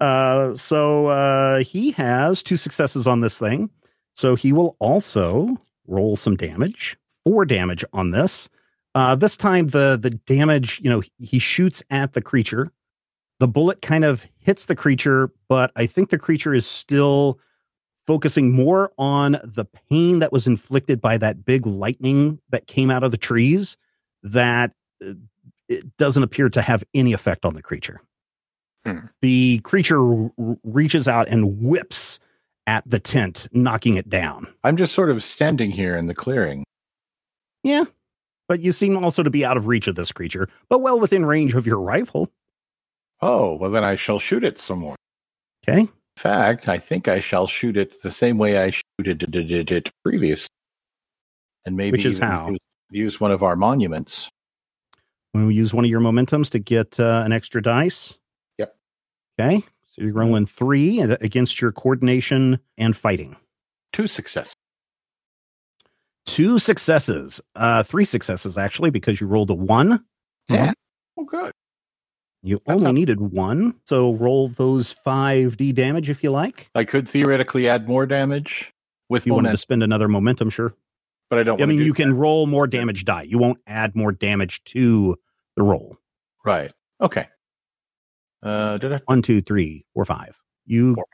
uh, so uh, he has two successes on this thing. So he will also roll some damage, four damage on this. Uh, this time, the the damage, you know, he shoots at the creature. The bullet kind of hits the creature, but I think the creature is still focusing more on the pain that was inflicted by that big lightning that came out of the trees. That uh, it doesn't appear to have any effect on the creature.
Hmm.
The creature r- r- reaches out and whips at the tent, knocking it down.
I'm just sort of standing here in the clearing.
But you seem also to be out of reach of this creature, but well within range of your rifle.
Oh, well, then I shall shoot it some more.
Okay.
In fact, I think I shall shoot it the same way I shooted it, it previously. And maybe
Which is
even
how?
Use, use one of our monuments.
When we use one of your momentums to get uh, an extra dice.
Yep.
Okay. So you're rolling three and- against your coordination and fighting.
Two success.
Two successes, uh, three successes actually, because you rolled a one.
Yeah.
Oh, good.
You
That's
only
up.
needed one. So roll those 5d damage if you like.
I could theoretically add more damage with
If you wanted to
bonus,
spend another momentum, sure.
but I don't.
I
wanna
mean,
do
you can
that.
roll more damage die. You won't add more damage to the roll.
right. Okay. Uh, did I?
One, two, three, four, five. You,
Four.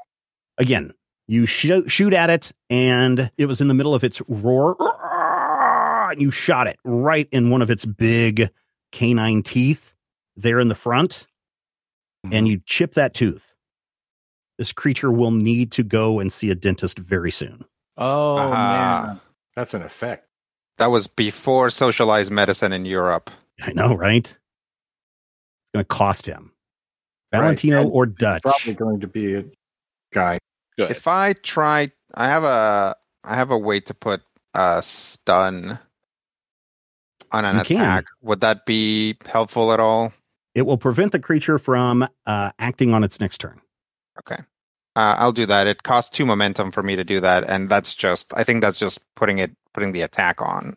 again, you sho- shoot at it, and it was in the middle of its roar. shot and you shot it right in one of its big canine teeth there in the front
Mm-hmm.
and you chip that tooth. This creature will need to go and see a dentist very soon.
Oh
Aha.
man, that's an effect.
That was before socialized medicine in Europe.
I know, right? It's going to cost him.
Right.
Valentino
And
or Dutch.
Probably going to be a guy.
Good.
If I try, I have a I have a way to put a stun on an
You can.
attack. Would that be helpful at all?
It will prevent the creature from uh, acting on its next turn.
Uh, I'll do that. It costs two momentum for me to do that, and that's just I think that's just putting it putting the attack on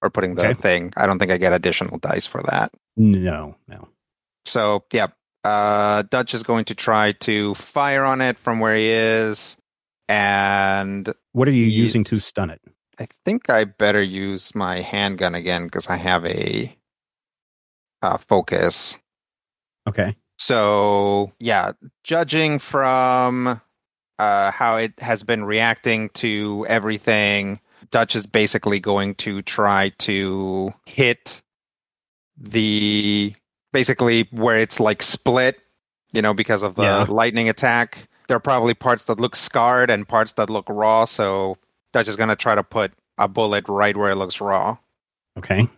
or putting the
Okay.
thing. I don't think I get additional dice for that.
No, no.
So yeah, uh, Dutch is going to try to fire on it from where he is, and
What are you
Yes.
using to stun it?
I think I better use my handgun again because I have a uh, focus.
Okay.
So, yeah, judging from uh, how it has been reacting to everything, Dutch is basically going to try to hit the basically where it's like split, you know, because of the
Yeah.
lightning attack. There are probably parts that look scarred and parts that look raw. So, Dutch is going to try to put a bullet right where it looks raw
Okay.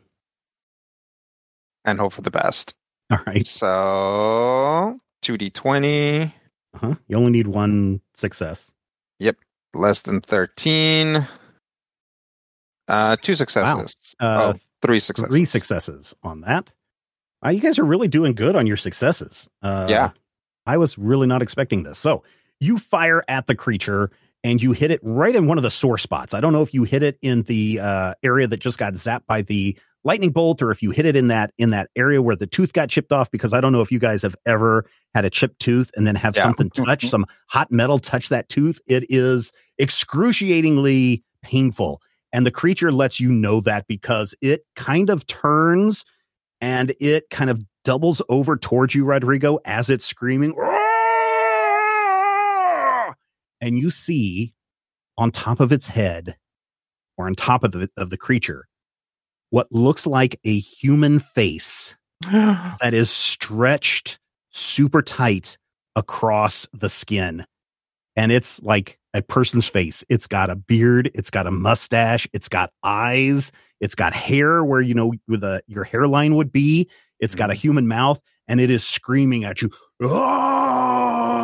and hope for the best.
All right.
So, 2d20.
Uh-huh. You only need one success.
less than 13 uh two successes
Uh,
oh, three successes
Three successes on that. Uh, you guys are really doing good on your successes. Uh,
Yeah.
I was really not expecting this. So you fire at the creature and you hit it right in one of the sore spots. I don't know if you hit it in the uh, area that just got zapped by the lightning bolt or if you hit it in that in that area where the tooth got chipped off because I don't know if you guys have ever had a chipped tooth and then have
Yeah. Mm-hmm.
something touch some hot metal touch that tooth. It is excruciatingly painful. And the creature lets you know that because it kind of turns and it kind of doubles over towards you, Rodrigo, as it's screaming. "Roar!" And you see on top of its head or on top of the, of the creature what looks like a human face that is stretched super tight across the skin. And it's like a person's face. It's got a beard, it's got a mustache, it's got eyes, it's got hair where you know with a your hairline would be. It's got a human mouth and it is screaming at you.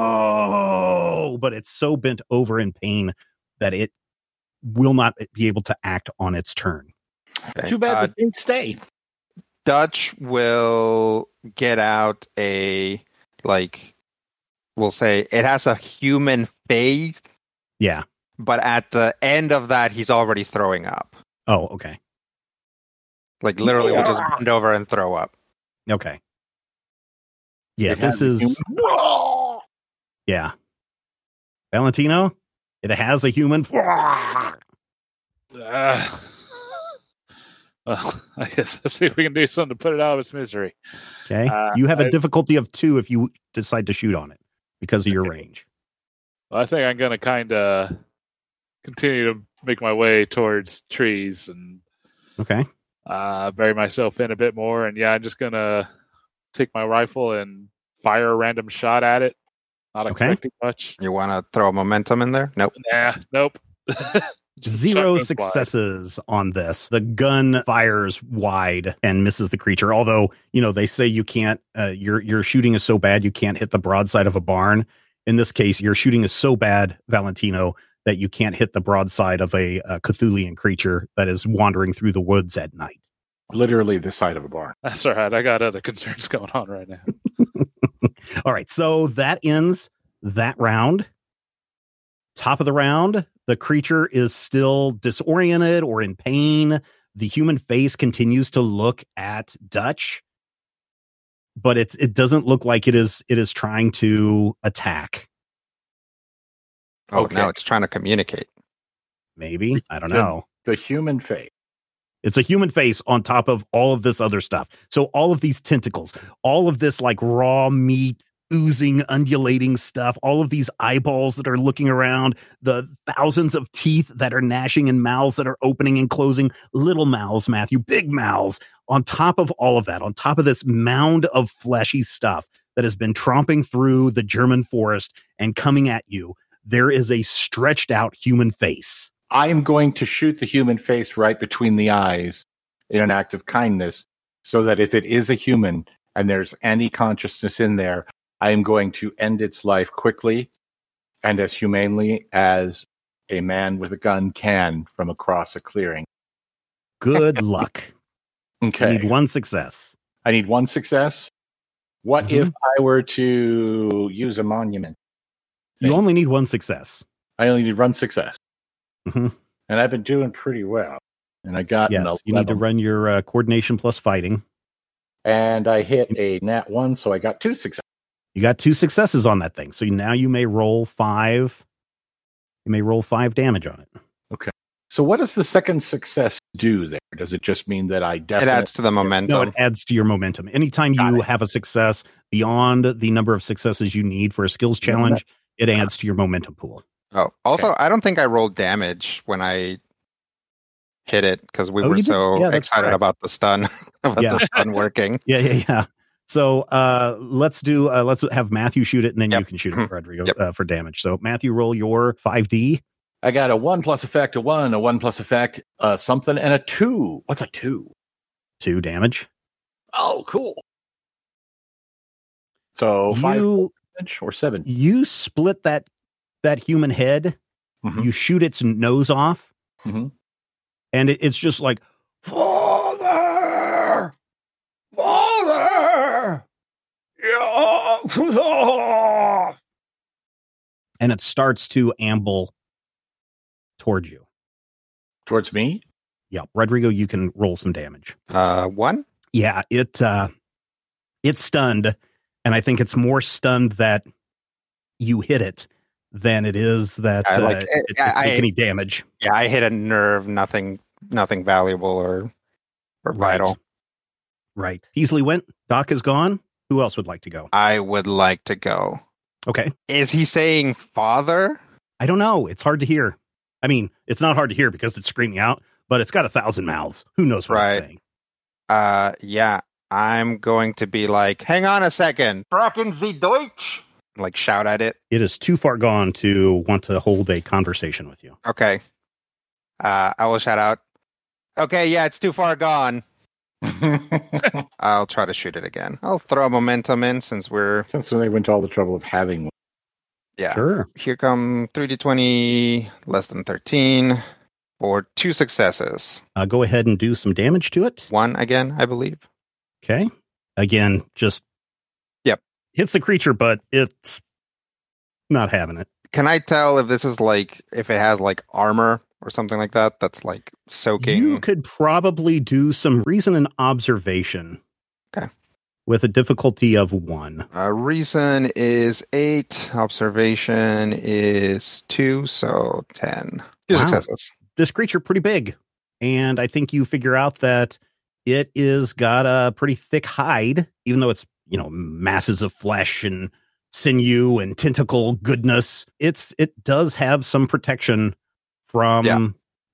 Oh! But it's so bent over in pain that it will not be able to act on its turn.
Okay.
Too bad
Uh,
the thing stay.
dutch will get out a like we'll say it has a human face
Yeah.
but at the end of that he's already throwing up
Oh, okay.
like literally will just bend over and throw up
Okay. Yeah,
It
this
has a
is
human-
Yeah. Valentino, it has a human.
Ah. well, I guess let's see if we can do something to put it out of its misery.
Okay.
Uh,
you have a
I-
difficulty of two if you decide to shoot on it because of your
Okay.
range.
Well, I think I'm going to kind of continue to make my way towards trees and
Okay.
uh, bury myself in a bit more. And yeah, I'm just going to take my rifle and fire a random shot at it. Not
Okay.
expecting much.
you want to throw momentum in there nope
Nah, nope.
Zero
shotgun wide.
successes on this. The gun fires wide and misses the creature. Although, you know, they say you can't, uh, your, your shooting is so bad you can't hit the broadside of a barn. In this case, your shooting is so bad, Valentino, that you can't hit the broadside of a, uh Cthulian creature that is wandering through the woods at night.
Literally the side of a barn.
That's all right. I got other concerns going on right now.
All right, so that ends that round. Top of the round, the creature is still disoriented or in pain. The human face continues to look at Dutch, but it's it doesn't look like it is it is trying to attack.
oh
Okay.
now it's trying to communicate
Maybe I don't
So-
know.
The human face.
It's a human face on top of all of this other stuff. So all of these tentacles, all of this like raw meat oozing, undulating stuff, all of these eyeballs that are looking around, the thousands of teeth that are gnashing and mouths that are opening and closing, little mouths, Matthew, big mouths, on top of all of that, on top of this mound of fleshy stuff that has been tromping through the German forest and coming at you, there is a stretched out human face.
I'm going to shoot the human face right between the eyes in an act of kindness so that if it is a human and there's any consciousness in there, I am going to end its life quickly and as humanely as a man with a gun can from across a clearing.
Good luck.
Okay.
You need one success.
I need one success. What
Mhm.
if I were to use a monument?
You
Thank-
only need one success.
I only need one success. Mm-hmm.
Mhm.
And I've been doing pretty well. And I got an
Yes, you need to
11,
run your uh, coordination plus fighting.
and I hit a nat one, so I got two successes.
You got two successes on that thing, so now you may roll five. You may roll five damage on it.
So what does the second success do there? Does it just mean that I
It
definitely
adds to the momentum.
No, it adds to your momentum. Anytime
Got
you have a success beyond the number of successes you need for a skills
Yeah,
challenge, it adds to your momentum pool.
Oh, also, I don't think I rolled damage when I hit it because we
Oh,
were
you did?
so
Yeah, that's
excited
correct.
about the stun, about
Yeah.
the stun working.
Yeah, yeah, yeah. So uh, let's do. Uh, let's have Matthew shoot it, and then you
Yep.
can shoot it,
Mhm.
Rodrigo,
Yep.
uh, for damage. So Matthew, roll your five D.
I got a one plus effect, a one, a one plus effect, uh something, and a two. What's a two?
Two damage.
Oh, cool. So Oh, five
you
damage or seven.
you split that that human head
Mm-hmm.
Mhm.
you shoot its nose off
Mhm.
and it, it's just like father father yeah. and it starts to amble toward you
Towards me?
yeah rodrigo you can roll some damage
Uh, one.
yeah it uh it's stunned and i think it's more stunned that you hit it than it is that
I like-
uh, it,
I-
didn't
I-
make any damage
Yeah, I hit a nerve. Nothing, nothing valuable or or vital.
right Peasley went doc is gone who else would like to go
I would like to go.
okay
Is he saying father?
i don't know it's hard to hear i mean it's not hard to hear because it's screaming out but it's got a thousand mouths who knows what
Right.
it's saying
Uh, yeah. I'm going to be like, hang on a second,
Bracken Sie Deutsch.
like shout at it.
it is too far gone to want to hold a conversation with you
Okay. Uh, I will shout out. Okay, yeah, it's too far gone. I'll try to shoot it again. I'll throw momentum in since we're
Since they went to all the trouble of having one.
yeah.
sure
Here come 3d20 less than 13 or two successes.
uh, go ahead and do some damage to it
One again, I believe.
Okay. Again, just
Yep.
Hits the creature, but it's not having it.
Can I tell if this is like if it has like armor or something like that that's like
You
soaking?
could probably do some reason and observation.
Okay.
With a difficulty of one.
Uh, reason is 8, observation is 2, so 10. Two
Wow.
successes.
This creature pretty big. And I think you figure out that it is got a pretty thick hide, even though it's, you know, masses of flesh and sinew and tentacle goodness. It's it does have some protection from
Yeah.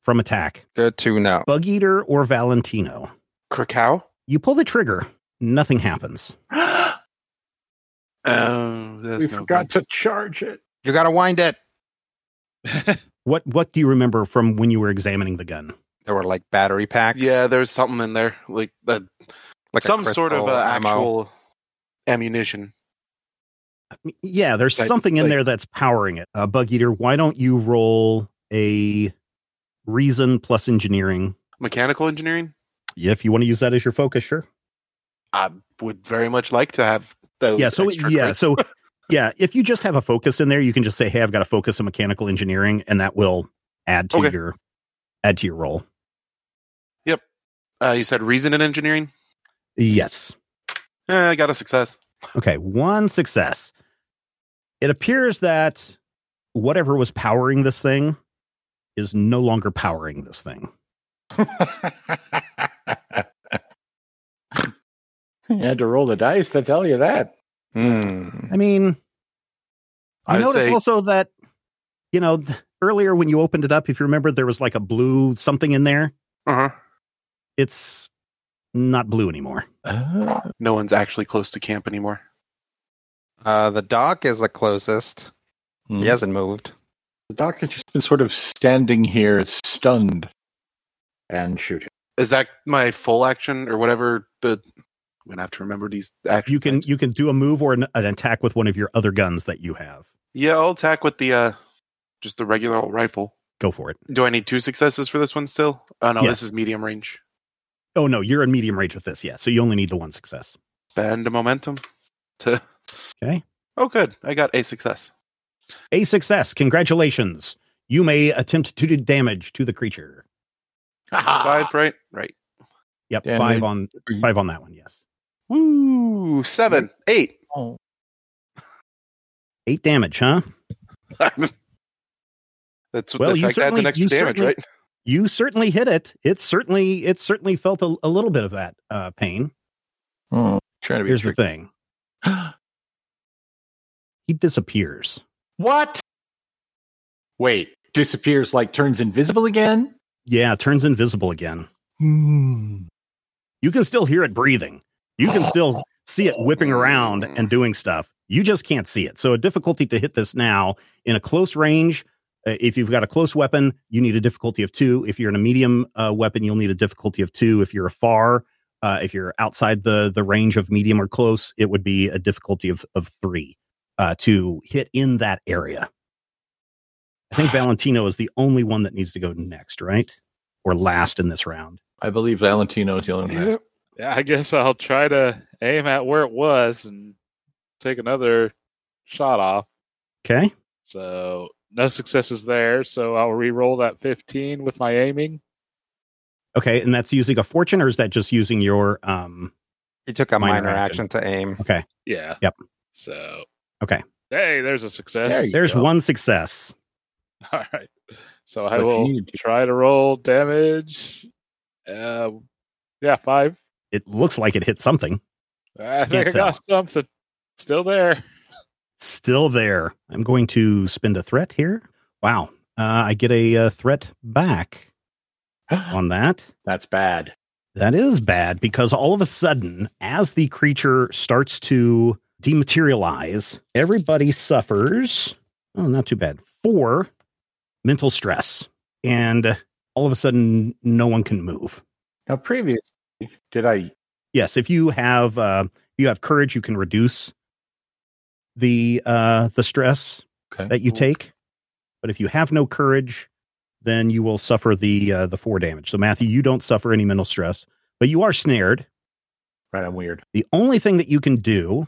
from attack.
Good to know.
Bug Eater or Valentino?
Krakow.
You pull the trigger, nothing happens.
Oh, there's
we
no
forgot to charge it.
You got to wind it.
What what do you remember from when you were examining the gun?
There were like battery packs.
Yeah, there's something in there, like uh,
Like a
some sort of uh,
crystal ammo.
actual ammunition.
Yeah, there's
Like-
something in
like-
there that's powering it. Uh, Bug Eater, why don't you roll a reason plus engineering?
Mechanical engineering.
If you want to use that as your focus, sure.
I would very much like to have those.
yeah, so
extra
yeah,
crates.
so yeah, if you just have a focus in there, you can just say, "Hey, I've got a focus in mechanical engineering," and that will add to
Okay.
your add to your roll.
uh, you said reason and engineering.
Yes.
Eh, I got a success.
Okay, one success. It appears that whatever was powering this thing is no longer powering this thing.
you had to roll the dice to tell you that.
Hmm.
I mean, I,
I would
noticed
say-
also that, you know, th- earlier when you opened it up, if you remember, there was like a blue something in there. Uh-huh.
Uh huh.
It's not blue anymore.
Oh.
No one's actually close to camp anymore.
Uh, the doc is the closest. He
yes.
hasn't moved.
The doctor's just been sort of standing here, stunned, and shooting.
Is that my full action or whatever? The I'm gonna have to remember these actions.
You can you can do a move or an, an attack with one of your other guns that you have.
Yeah, I'll attack with the uh, just the regular old rifle.
Go for it.
Do I need two successes for this one still? Oh no,
Yes.
this is medium range.
Oh no, you're in medium range with this. Yeah, so you only need the one success.
Bend momentum. To
Okay.
oh good, I got a success.
A success. Congratulations. You may attempt to do damage to the creature.
Ah.
Five, right? Right.
Yep,
Damage.
five on five on that one. Yes,
Woo! Seven, eight.
eight damage, huh?
That's what
Well,
the
you
fact adds
certainly-
an
you
extra damage,
certainly-
right?
You certainly hit it. It certainly it certainly felt a, a little bit of that uh, pain.
Hmm. Trying to be
Here's the
tricky.
thing. He disappears.
What? Wait, disappears like turns invisible again?
Yeah, turns invisible again.
Hmm.
You can still hear it breathing. You can still see it whipping around and doing stuff. You just can't see it. So a difficulty to hit this now in a close range. uh, If you've got a close weapon, you need a difficulty of two. If you're in a medium uh, weapon, you'll need a difficulty of two. If you're afar, uh, if you're outside the the range of medium or close, it would be a difficulty of of three uh, to hit in that area. I think Valentino is the only one that needs to go next, right? Or last in this round.
I believe Valentino is the only one.
Yeah, I guess I'll try to aim at where it was and take another shot off.
Okay.
So no successes there. So I'll re-roll that 15 with my aiming.
Okay, and that's using a fortune, or is that just using your um?
He took a
Minor
minor,
action.
action. to aim.
Okay,
Yeah.
Yep.
So
Okay.
Hey, there's a success.
There you
there's
go.
one success.
All right. So I
What you
will
need to-
try to roll damage. Uh, yeah, five.
It looks like it hit something.
I
Can't
think I got something. Still there.
Still there. I'm going to spend a threat here. Wow, uh, I get a uh, threat back on that.
That's bad.
That is bad because all of a sudden, as the creature starts to dematerialize, everybody suffers. Oh, not too bad. Four mental stress, and all of a sudden, no one can move.
Now, previously, did I?
yes if you have uh you have courage you can reduce the uh the stress
Okay.
that you take but if you have no courage then you will suffer the uh the four damage so matthew you don't suffer any mental stress but you are snared
Right, I'm weird.
the only thing that you can do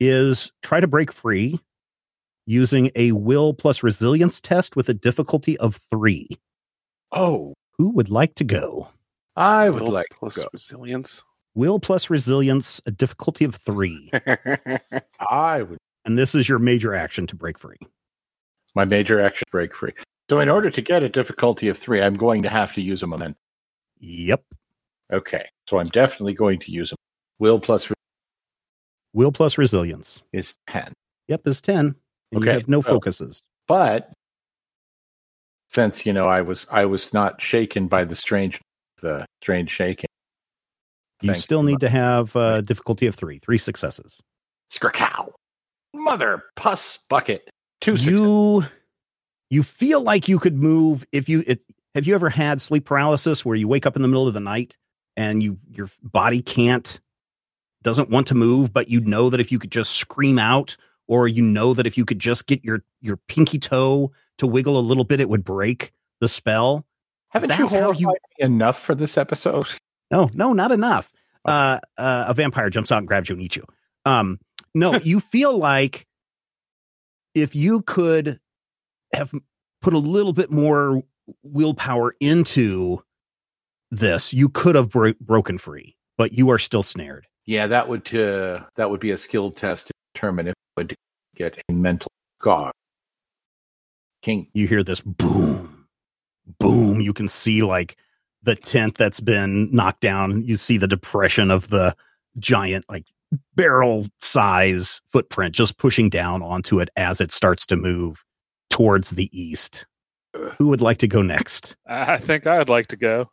is try to break free using a will plus resilience test with a difficulty of three
Oh,
who would like to go
I would
Will
like
plus
go.
resilience.
will plus resilience a difficulty of three
I would.
and this is your major action to break free.
My major action break free. So, in order to get a difficulty of three, I'm going to have to use a moment.
Yep.
Okay, so I'm definitely going to use a will plus re-
Will plus resilience.
is ten.
Yep is 10. And You
Okay.
have no
Oh.
focuses.
but since you know i was i was not shaken by the strange the strange shaking
You
Thanks
still
very
need to have uh, difficulty of three, three successes.
Skrakow. mother puss bucket two six.
You you feel like you could move if you it, have you ever had sleep paralysis where you wake up in the middle of the night and you your body can't doesn't want to move, but you know that if you could just scream out or you know that if you could just get your your pinky toe to wiggle a little bit, it would break the spell.
haven't you
that's how
horrified
you-
me enough for this episode
No, no, not enough. Uh, uh, a vampire jumps out and grabs you and eats you. Um, no, you feel like if you could have put a little bit more willpower into this, you could have bro- broken free, but you are still snared.
yeah that would uh, that would be a skill test to determine if I would get a mental guard king
You hear this boom, boom. You can see like the tent that's been knocked down. You see the depression of the giant, like barrel size footprint just pushing down onto it as it starts to move towards the east. Who would like to go next?
I think I'd like to go.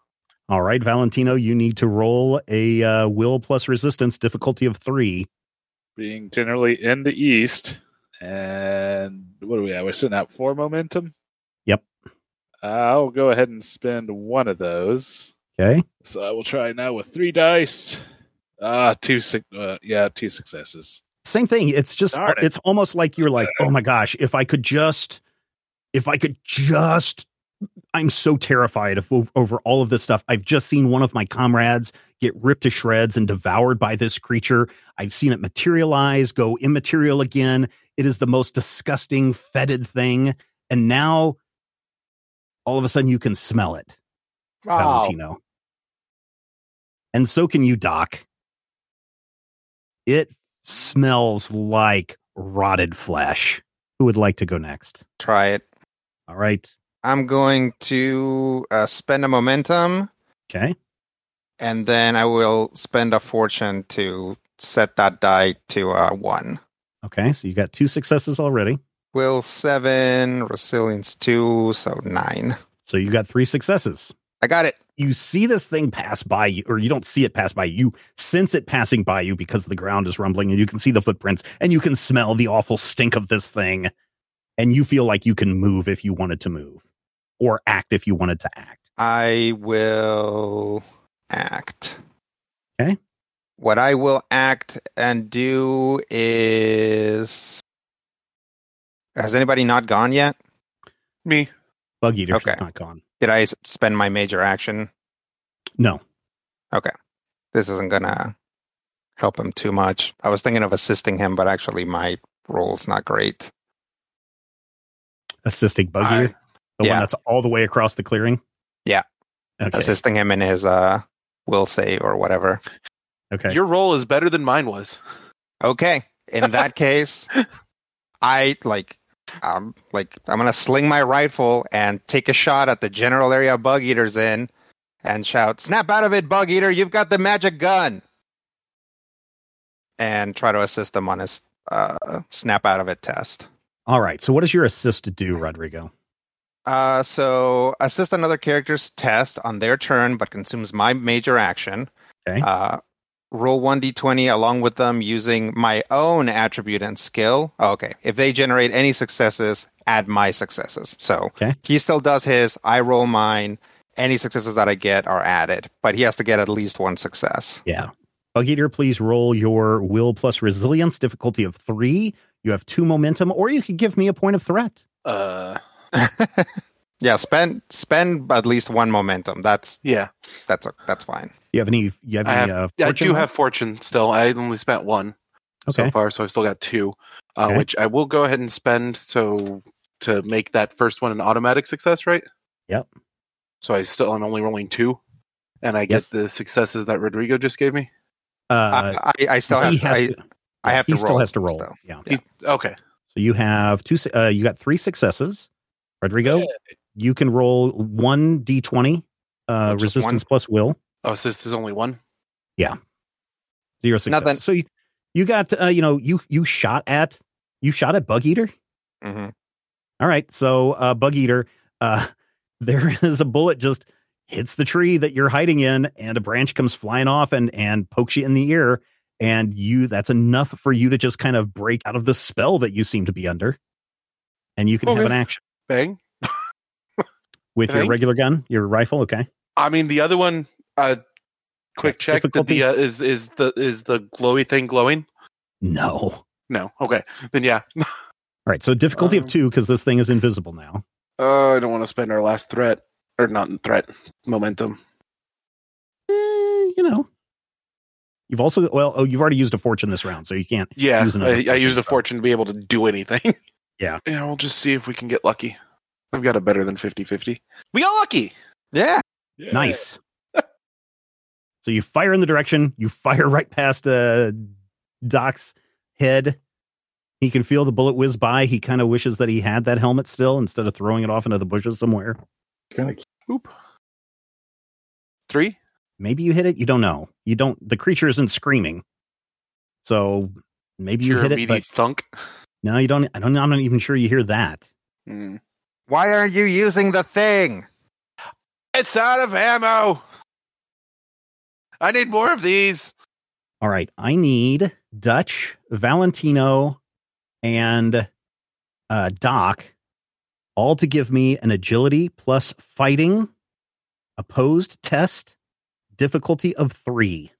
All right, Valentino, you need to roll a uh, will plus resistance difficulty of three.
Being generally in the east, and what are we at? We're sitting at four momentum.
Yep.
I'll go ahead and spend one of those.
Okay.
So I will try now with three dice. Ah, two. suc- Uh, yeah, two successes.
Same thing. It's just, uh,
Darn it.
it's almost like you're like, oh my gosh, if I could just, if I could just, I'm so terrified of, over all of this stuff. I've just seen one of my comrades get ripped to shreds and devoured by this creature. I've seen it materialize, go immaterial again. It is the most disgusting, fetid thing. And now all of a sudden you can smell it. Valentino. And so can you, Doc. It smells like rotted flesh. Who would like to go next?
Try it.
All right.
I'm going to uh, spend a momentum,
Okay.
and then I will spend a fortune to set that die to uh, one.
Okay. So you got two successes already.
Will seven, resilience two, so nine.
So you got three successes.
I got it.
You see this thing pass by you, or you don't see it pass by you. You sense it passing by you because the ground is rumbling and you can see the footprints and you can smell the awful stink of this thing. And you feel like you can move if you wanted to move or act if you wanted to act.
I will act.
Okay.
What I will act and do is. Has anybody not gone yet?
Me.
Bug Eater
Okay.
not gone.
Did I s- spend my major action?
No.
This isn't gonna help him too much. I was thinking of assisting him, but actually my roll's not great.
Assisting Bug
I-
Eater? The one
yeah.
that's all the way across the clearing?
Yeah.
Okay.
Assisting him in his uh will save or whatever.
okay.
Your role is better than mine was.
Okay. In that case, I like um like I'm gonna sling my rifle and take a shot at the general area bug eaters in and shout, Snap out of it, bug eater, you've got the magic gun and try to assist him on his uh snap out of it test.
all right. So what does your assist do, Rodrigo?
Uh, so assist another character's test on their turn, but consumes my major action.
Okay.
Uh, roll one d20 along with them using my own attribute and skill. Oh, okay. If they generate any successes, add my successes. So
Okay.
he still does his. I roll mine. Any successes that I get are added, but he has to get at least one success.
Yeah. Bug Eater, please roll your will plus resilience difficulty of three. You have two momentum, or you could give me a point of threat.
Uh,
yeah, spend spend at least one momentum. That's
yeah.
that's that's fine.
You have any? You have
I
any? uh,
Yeah, I
fortune
do
left?
have fortune still. I only spent one
Okay.
so far, so I still got two, uh,
Okay.
which I will go ahead and spend. So to make that first one an automatic success, right?
Yep.
So I still I'm only rolling two, and I get
Yes.
the successes that Rodrigo just gave me.
uh,
I, I still
he
have,
has
I,
to,
I have
he
to
still
roll,
has to roll.
so.
Yeah.
He's- Okay.
So you have two. su- Uh, you got three successes. Rodrigo, you can roll one d20 uh,
Just one.
resistance plus will.
Oh, so this is only one.
zero success.
Nothing.
So you, you got uh, you know you you shot at you shot at Bug Eater.
Mhm.
All right, so uh, Bug Eater, uh, there is a bullet just hits the tree that you're hiding in, and a branch comes flying off and and pokes you in the ear, and you that's enough for you to just kind of break out of the spell that you seem to be under, and you can have
Okay.
an action
Bang.
with your
Thank-
regular gun, your rifle. Okay,
I mean, the other one. Uh, quick
Yeah,
check. Did
difficulty?
the uh, is is the is the glowy thing glowing?
no.
No. Okay. Then yeah.
All right, so difficulty
Um,
of two because this thing is invisible now.
Uh, I don't want to spend our last threat or not threat momentum.
Eh, you know, you've also well, oh, you've already used a fortune this round, so you can't.
Yeah,
Use another
I, I
fortune
used a
spell.
fortune to be able to do anything.
Yeah.
Yeah, we'll just see if we can get lucky. I've got a better than 50 50. We got lucky!
Yeah.
Yeah.
Nice. so you fire in the direction, you fire right past uh, Doc's head. He can feel the bullet whiz by. He kind of wishes that he had that helmet still instead of throwing it off into the bushes somewhere.
Gonna
Oop. Three?
Maybe you hit it. You don't know. You don't. The creature isn't screaming. So maybe you
Pure
hit it,
meaty
but
thunk.
no, you don't. I don't. I'm not even sure you hear that.
Mm.
Why are you using the thing?
It's out of ammo. I need more of these.
All right, I need Dutch, Valentino, and uh, Doc all to give me an agility plus fighting opposed test difficulty of three.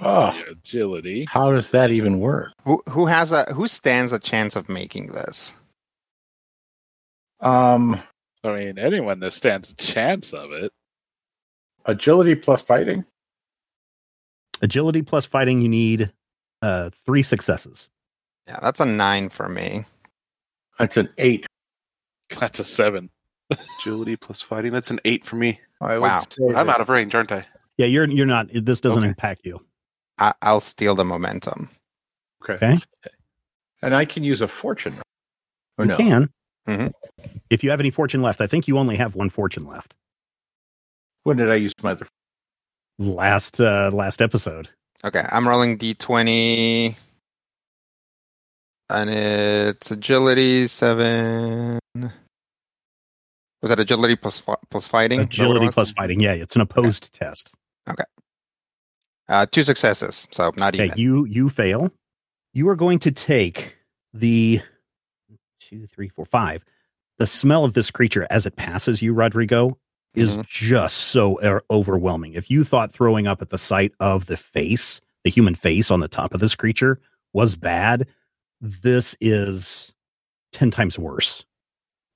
Oh.
Yeah, agility.
How does that even work?
Who who has a who stands a chance of making this?
Um,
I mean, anyone that stands a chance of it.
agility plus fighting.
Agility plus fighting, you need uh, three successes.
Yeah, that's a nine for me.
That's an eight.
That's a seven.
Agility plus fighting. That's an eight for me.
I
Wow.
Would say
I'm
that-
out of range, aren't I?
Yeah, you're you're not. This doesn't
Okay.
impact you.
I, I'll steal the momentum.
and I can use a fortune. Or
you
no?
can.
Mhm.
If you have any fortune left, I think you only have one fortune left.
When did I use my other?
Last uh last episode.
Okay, I'm rolling d20, and it's agility seven. Was that agility plus fi- plus fighting? Is that what it
Agility
was?
plus fighting. Yeah, it's an opposed test.
Uh, two successes, so not
Okay,
even.
you you fail. You are going to take the two, three, four, five. The smell of this creature as it passes you, Rodrigo, is
Mhm.
just so er- overwhelming. If you thought throwing up at the sight of the face, the human face on the top of this creature was bad, this is ten times worse.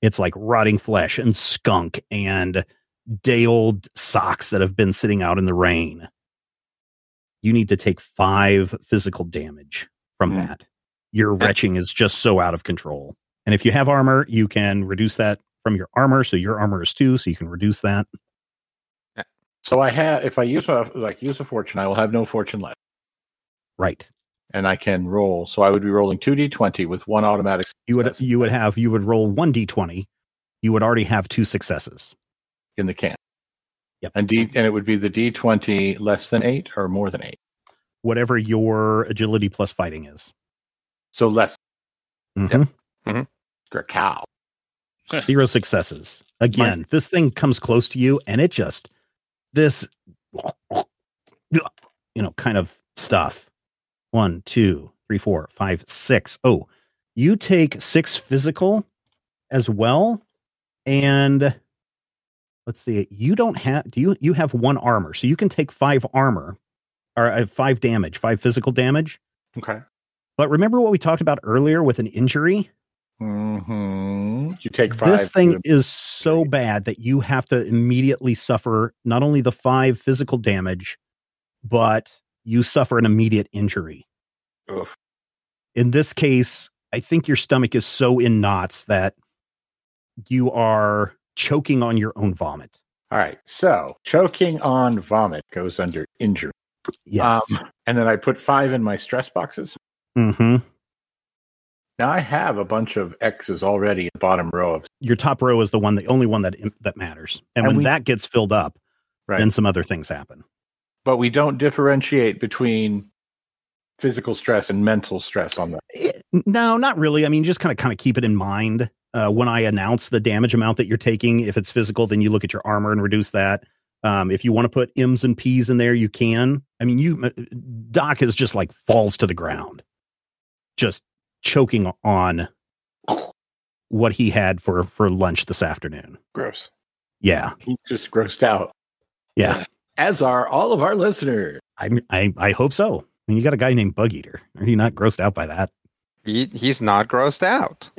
It's like rotting flesh and skunk and day old socks that have been sitting out in the rain you need to take five physical damage from
Hmm.
that. Your retching is just so out of control. And if you have armor, you can reduce that from your armor. So your armor is two, so you can reduce that.
So I have. If I use my like use a fortune, I will have no fortune left,
Right.
and I can roll. So I would be rolling two d twenty with one automatic.
You would
success
you would have you would roll one d twenty. You would already have two successes.
in the can.
Yep.
And d and it would be the d twenty less than eight or more than eight.
Whatever your agility plus fighting is.
So less.
Mhm.
Cow.
Zero successes. Again, this thing comes close to you and it just this you know kind of stuff. One, two, three, four, five, six. Oh, you take six physical as well. And let's see, you don't have do you you have one armor, so you can take five armor or uh, five damage, five physical damage.
Okay.
But remember what we talked about earlier with an injury?
hmm You take five.
Mm-hmm. This thing
you-
is so bad that you have to immediately suffer not only the five physical damage, but you suffer an immediate injury.
Oof.
In this case, I think your stomach is so in knots that you are choking on your own vomit.
All right. So choking on vomit goes under injury.
Yes.
Um, and then I put five in my stress boxes.
hmm
Now I have a bunch of X's already in the bottom row of
Your top row is the one, the only one that that matters. And,
And
when
we-
that gets filled up,
right.
then some other things happen.
but we don't differentiate between physical stress and mental stress on that.
Eh, No, not really. I mean, just kind of kind of keep it in mind uh, when I announce the damage amount that you're taking. If it's physical, then you look at your armor and reduce that. Um, if you want to put M's and P's in there, you can. I mean, you uh, Doc is just like falls to the ground, just choking on what he had for for lunch this afternoon.
Gross.
Yeah,
He's just grossed out.
yeah.
As are all of our listeners.
I I I hope so. I mean, you got a guy named Bug Eater. Are you not grossed out by that?
He, he's not grossed out.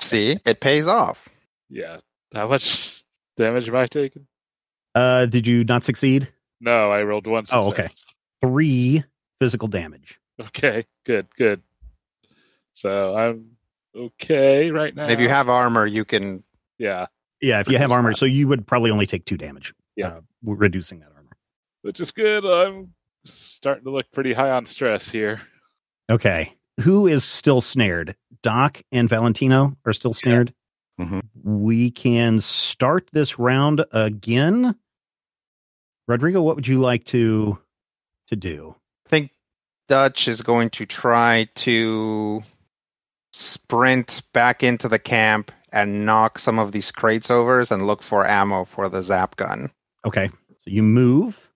See, it pays off.
yeah. How much damage am I taking?
Uh, did you not succeed?
No, I rolled one.
Oh,
success.
Three physical damage.
Okay. Good. Good. So I'm okay right now.
If you have armor, you can
yeah,
Yeah, if you have
Reduce
armor,
that.
so you would probably only take two damage.
Yeah.
uh, w- reducing that armor.
which is good. I'm starting to look pretty high on stress here.
Okay, who is still snared? Doc and Valentino are still snared.
Mm-hmm.
Mhm.
We can start this round again. Rodrigo, what would you like to to do?
think Dutch is going to try to sprint back into the camp and knock some of these crates over and look for ammo for the zap gun.
Okay. So you move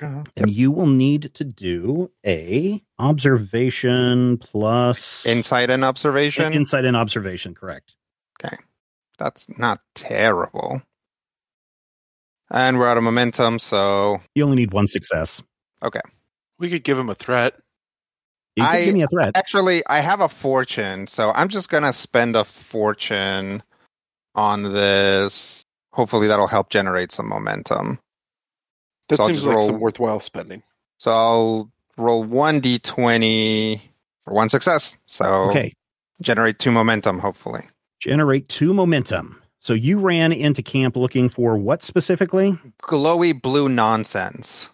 and you will need to do a observation plus
Inside an observation.
insight and observation, correct?
That's not terrible. And we're out of momentum, so
You only need one success.
We could give him a threat.
You can
I-
give me a threat.
actually I have a fortune, so I'm just gonna spend a fortune on this. Hopefully that'll help generate some momentum.
That
So I'll
seems
just
like
roll-
some worthwhile spending.
So I'll roll one d twenty for one success. So
Okay.
generate two momentum, hopefully.
Generate two momentum. So you ran into camp looking for what specifically?
Glowy blue nonsense.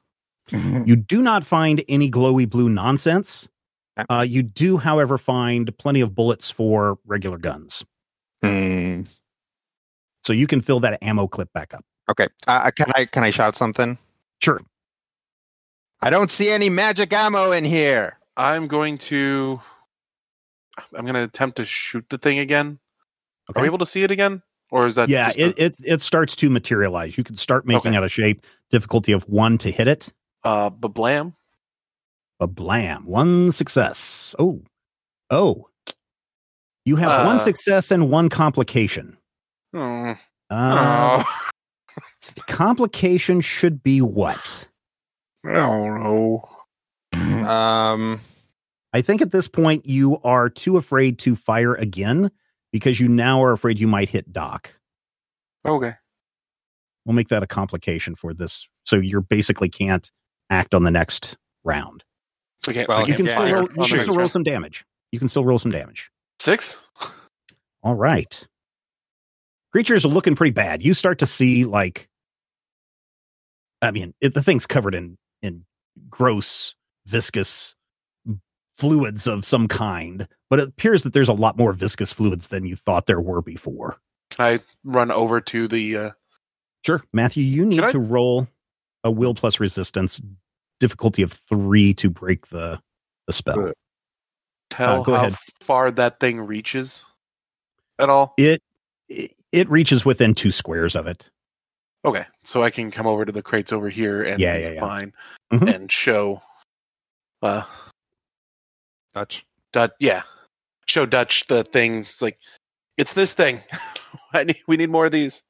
You do not find any glowy blue nonsense.
Ah.
Okay.
Uh, you do, however, find plenty of bullets for regular guns.
Hmm.
So you can fill that ammo clip back up.
Okay. Uh, can I can I shout something?
Sure.
I don't see any magic ammo in here.
I'm going to. I'm going to attempt to shoot the thing again.
Okay.
Are we able to see it again, or is that?
yeah,
just a-
it, it it starts to materialize. You can start making
Okay.
out a shape, difficulty of one to hit it.
uh, but blam.
But blam, one success. Oh, oh. You have
Uh.
one success and one complication.
Hmm.
Uh,
Oh.
Complication should be what?
I don't know.
Um.
I think at this point you are too afraid to fire again because you now are afraid you might hit Doc.
Okay.
We'll make that a complication for this. So you're basically can't act on the next round.
So I can't,
Well,
I
You
can't
can
yeah,
still
fire
roll,
on
you
the
can
next
still roll
round.
some damage. You can still roll some damage.
six.
All right. Creatures are looking pretty bad. You start to see like I mean, it, the thing's covered in in gross viscous fluids of some kind, but it appears that there's a lot more viscous fluids than you thought there were before.
Can I run over to the? Uh,
Sure. Matthew, you need
Can I-
to roll a will plus resistance difficulty of 3 to break the the spell.
Good. tell
Uh, go
how
ahead.
far that thing reaches at all.
It, it it reaches within 2 squares of it.
Okay, so I can come over to the crates over here and
Yeah, yeah, yeah.
mine
Mhm.
and show. Uh,
Dutch.
Dutch, yeah, show Dutch the thing. It's like it's this thing. I need, we need more of these.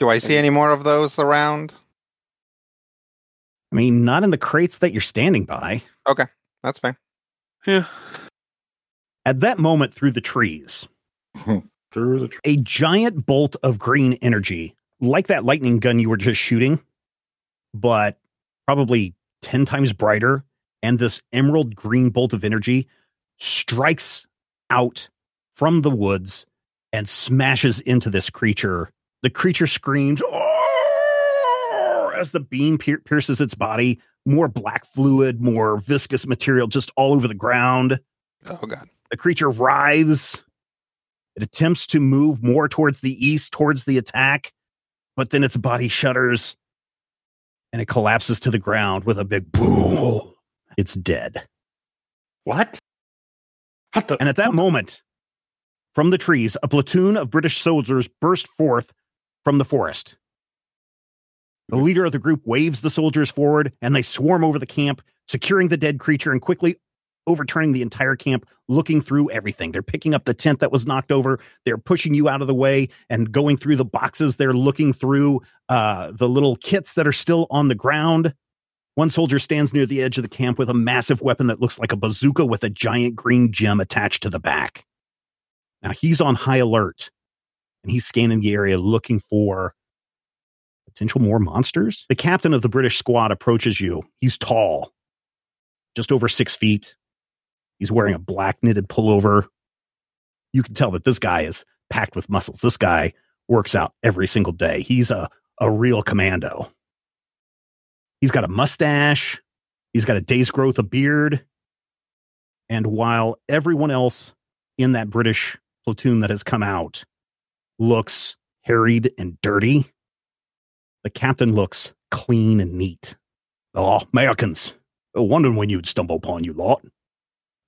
Do I see any more of those around?
I mean, not in the crates that you're standing by.
That's fine.
Yeah.
At that moment, through the trees,
Through the tr-
a giant bolt of green energy, like that lightning gun you were just shooting, but probably 10 times brighter, and this emerald green bolt of energy strikes out from the woods and smashes into this creature. The creature screams "Arr!" as the beam pier- pierces its body, more black fluid, more viscous material just all over the ground.
Oh god.
The creature writhes. It attempts to move more towards the east, towards the attack, but then its body shudders and it collapses to the ground with a big boom. It's dead.
what? What the?
And at that moment, from the trees, a platoon of British soldiers burst forth from the forest. The leader of the group waves the soldiers forward and they swarm over the camp, securing the dead creature and quickly overturning the entire camp, looking through everything. They're picking up the tent that was knocked over, they're pushing you out of the way and going through the boxes. They're looking through uh, the little kits that are still on the ground. One soldier stands near the edge of the camp with a massive weapon that looks like a bazooka with a giant green gem attached to the back. Now he's on high alert and he's scanning the area looking for potential more monsters. The captain of the British squad approaches you. He's tall, just over six feet. He's wearing a black knitted pullover. You can tell that this guy is packed with muscles. This guy works out every single day. He's a, a real commando. He's got a mustache. He's got a day's growth of beard. And while everyone else in that British platoon that has come out looks harried and dirty, the captain looks clean and neat. Oh, Americans, I was wondering when you'd stumble upon you lot.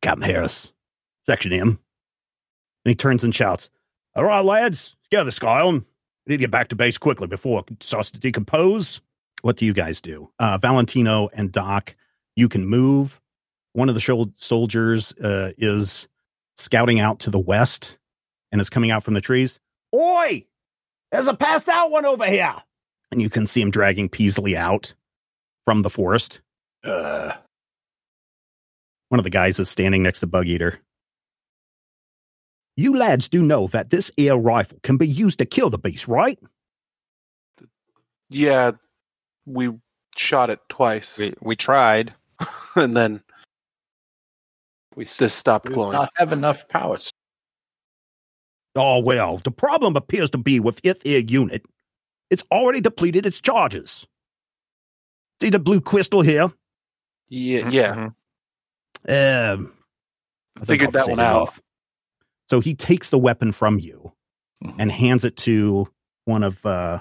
Captain Harris, Section M. And he turns and shouts, All right, lads, get the sky on. I need to get back to base quickly before it starts to decompose. What do you guys do? Uh, Valentino and Doc, you can move. One of the shol- soldiers uh, is scouting out to the west and is coming out from the trees. Oi! There's a passed out one over here. And you can see him dragging Peasley out from the forest.
Uh,
One of the guys is standing next to Bug Eater. You lads do know that this air rifle can be used to kill the beast, right?
Yeah, we shot it twice,
We we tried.
and then
we
this stopped
do
glowing.
not have enough powers.
Oh, well, the problem appears to be with its air unit. It's already depleted its charges. See the blue crystal here?
Yeah, yeah.
Mhm.
Um, I think
Figured
I'll
that
say
one out.
enough. So he takes the weapon from you
Mhm.
Mm-hmm.
and hands it to one of uh,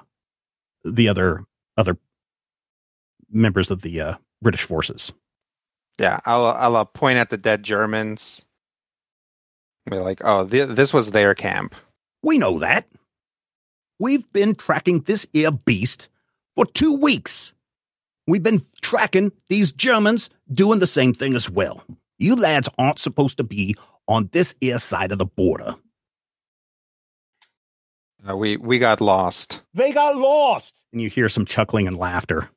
the other other members of the uh, British forces.
Yeah, I'll I'll uh, point at the dead Germans. Be like, oh, th- this was their camp.
We know that. We've been tracking this air beast for two weeks. We've been tracking these Germans doing the same thing as well. You lads aren't supposed to be on this air side of the border.
Uh, we we got lost.
They got lost. And you hear some chuckling and laughter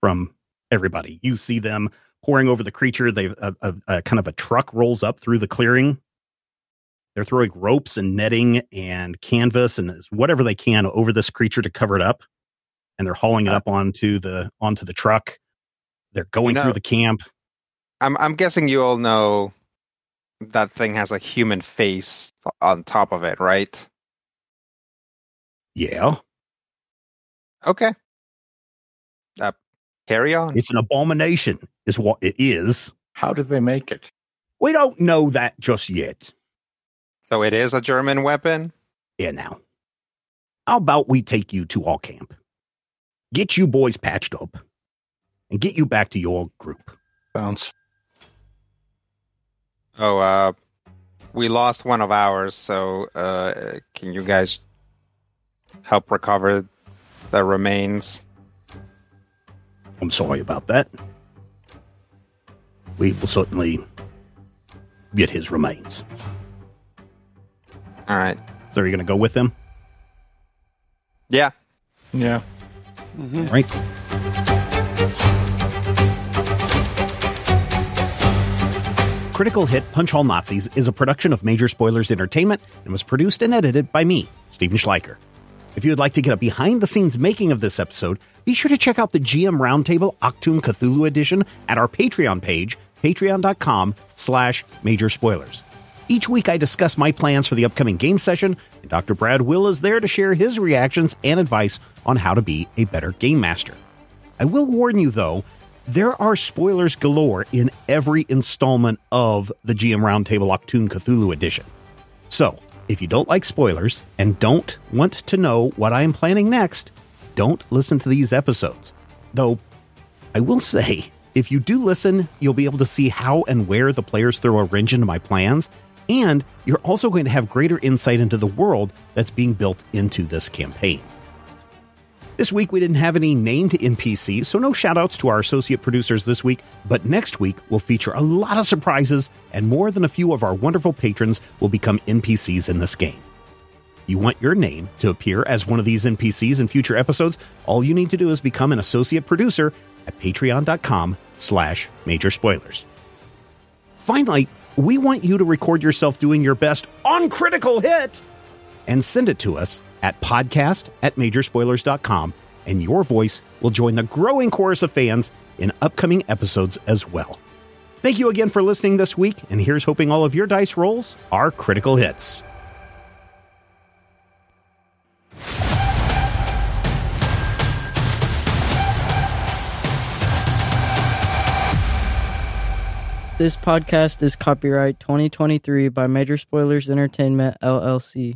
from everybody. You see them pouring over the creature. They a, a, a kind of a truck rolls up through the clearing. They're throwing ropes and netting and canvas and whatever they can over this creature to cover it up. And they're hauling it up onto the onto the truck. They're going
know-
through the camp.
I'm I'm guessing you all know that thing has a human face on top of it, right?
Yeah,
Okay. Uh, carry on.
it's an abomination, is what it is.
How did they make it?
We don't know that just yet.
So it is a German weapon.
Yeah, now. How about we take you to our camp? Get you boys patched up and get you back to your group.
Sounds
Oh, uh, we lost one of ours. So uh, can you guys help recover the remains?
I'm sorry about that. We will certainly get his remains.
All right.
So, are you going to go with them?
Yeah.
yeah.
Mhm.
Right. Critical Hit Punch All Nazis is a production of Major Spoilers Entertainment and was produced and edited by me, Steven Schleicher. If you would like to get a behind the scenes making of this episode, be sure to check out the GM Roundtable Octoon Cthulhu edition at our Patreon page, patreon.com slash major spoilers. Each week I discuss my plans for the upcoming game session, and Dr. Brad Will is there to share his reactions and advice on how to be a better game master. I will warn you, though, there are spoilers galore in every installment of the GM Roundtable Octoon Cthulhu edition. So, if you don't like spoilers and don't want to know what I am planning next, don't listen to these episodes. Though, I will say, if you do listen, you'll be able to see how and where the players throw a wrench into my plans, and you're also going to have greater insight into the world that's being built into this campaign. This week, we didn't have any named NPCs, so no shout outs to our associate producers this week. But next week, we'll feature a lot of surprises, and more than a few of our wonderful patrons will become NPCs in this game. You want your name to appear as one of these NPCs in future episodes? All you need to do is become an associate producer at patreon.com slash major spoilers. Finally, we want you to record yourself doing your best on Critical Hit and send it to us at podcast at majorspoilers.com, and your voice will join the growing chorus of fans in upcoming episodes as well. Thank you again for listening this week, and here's hoping all of your dice rolls are critical hits.
This podcast is copyright 2023 by Major Spoilers Entertainment, LLC.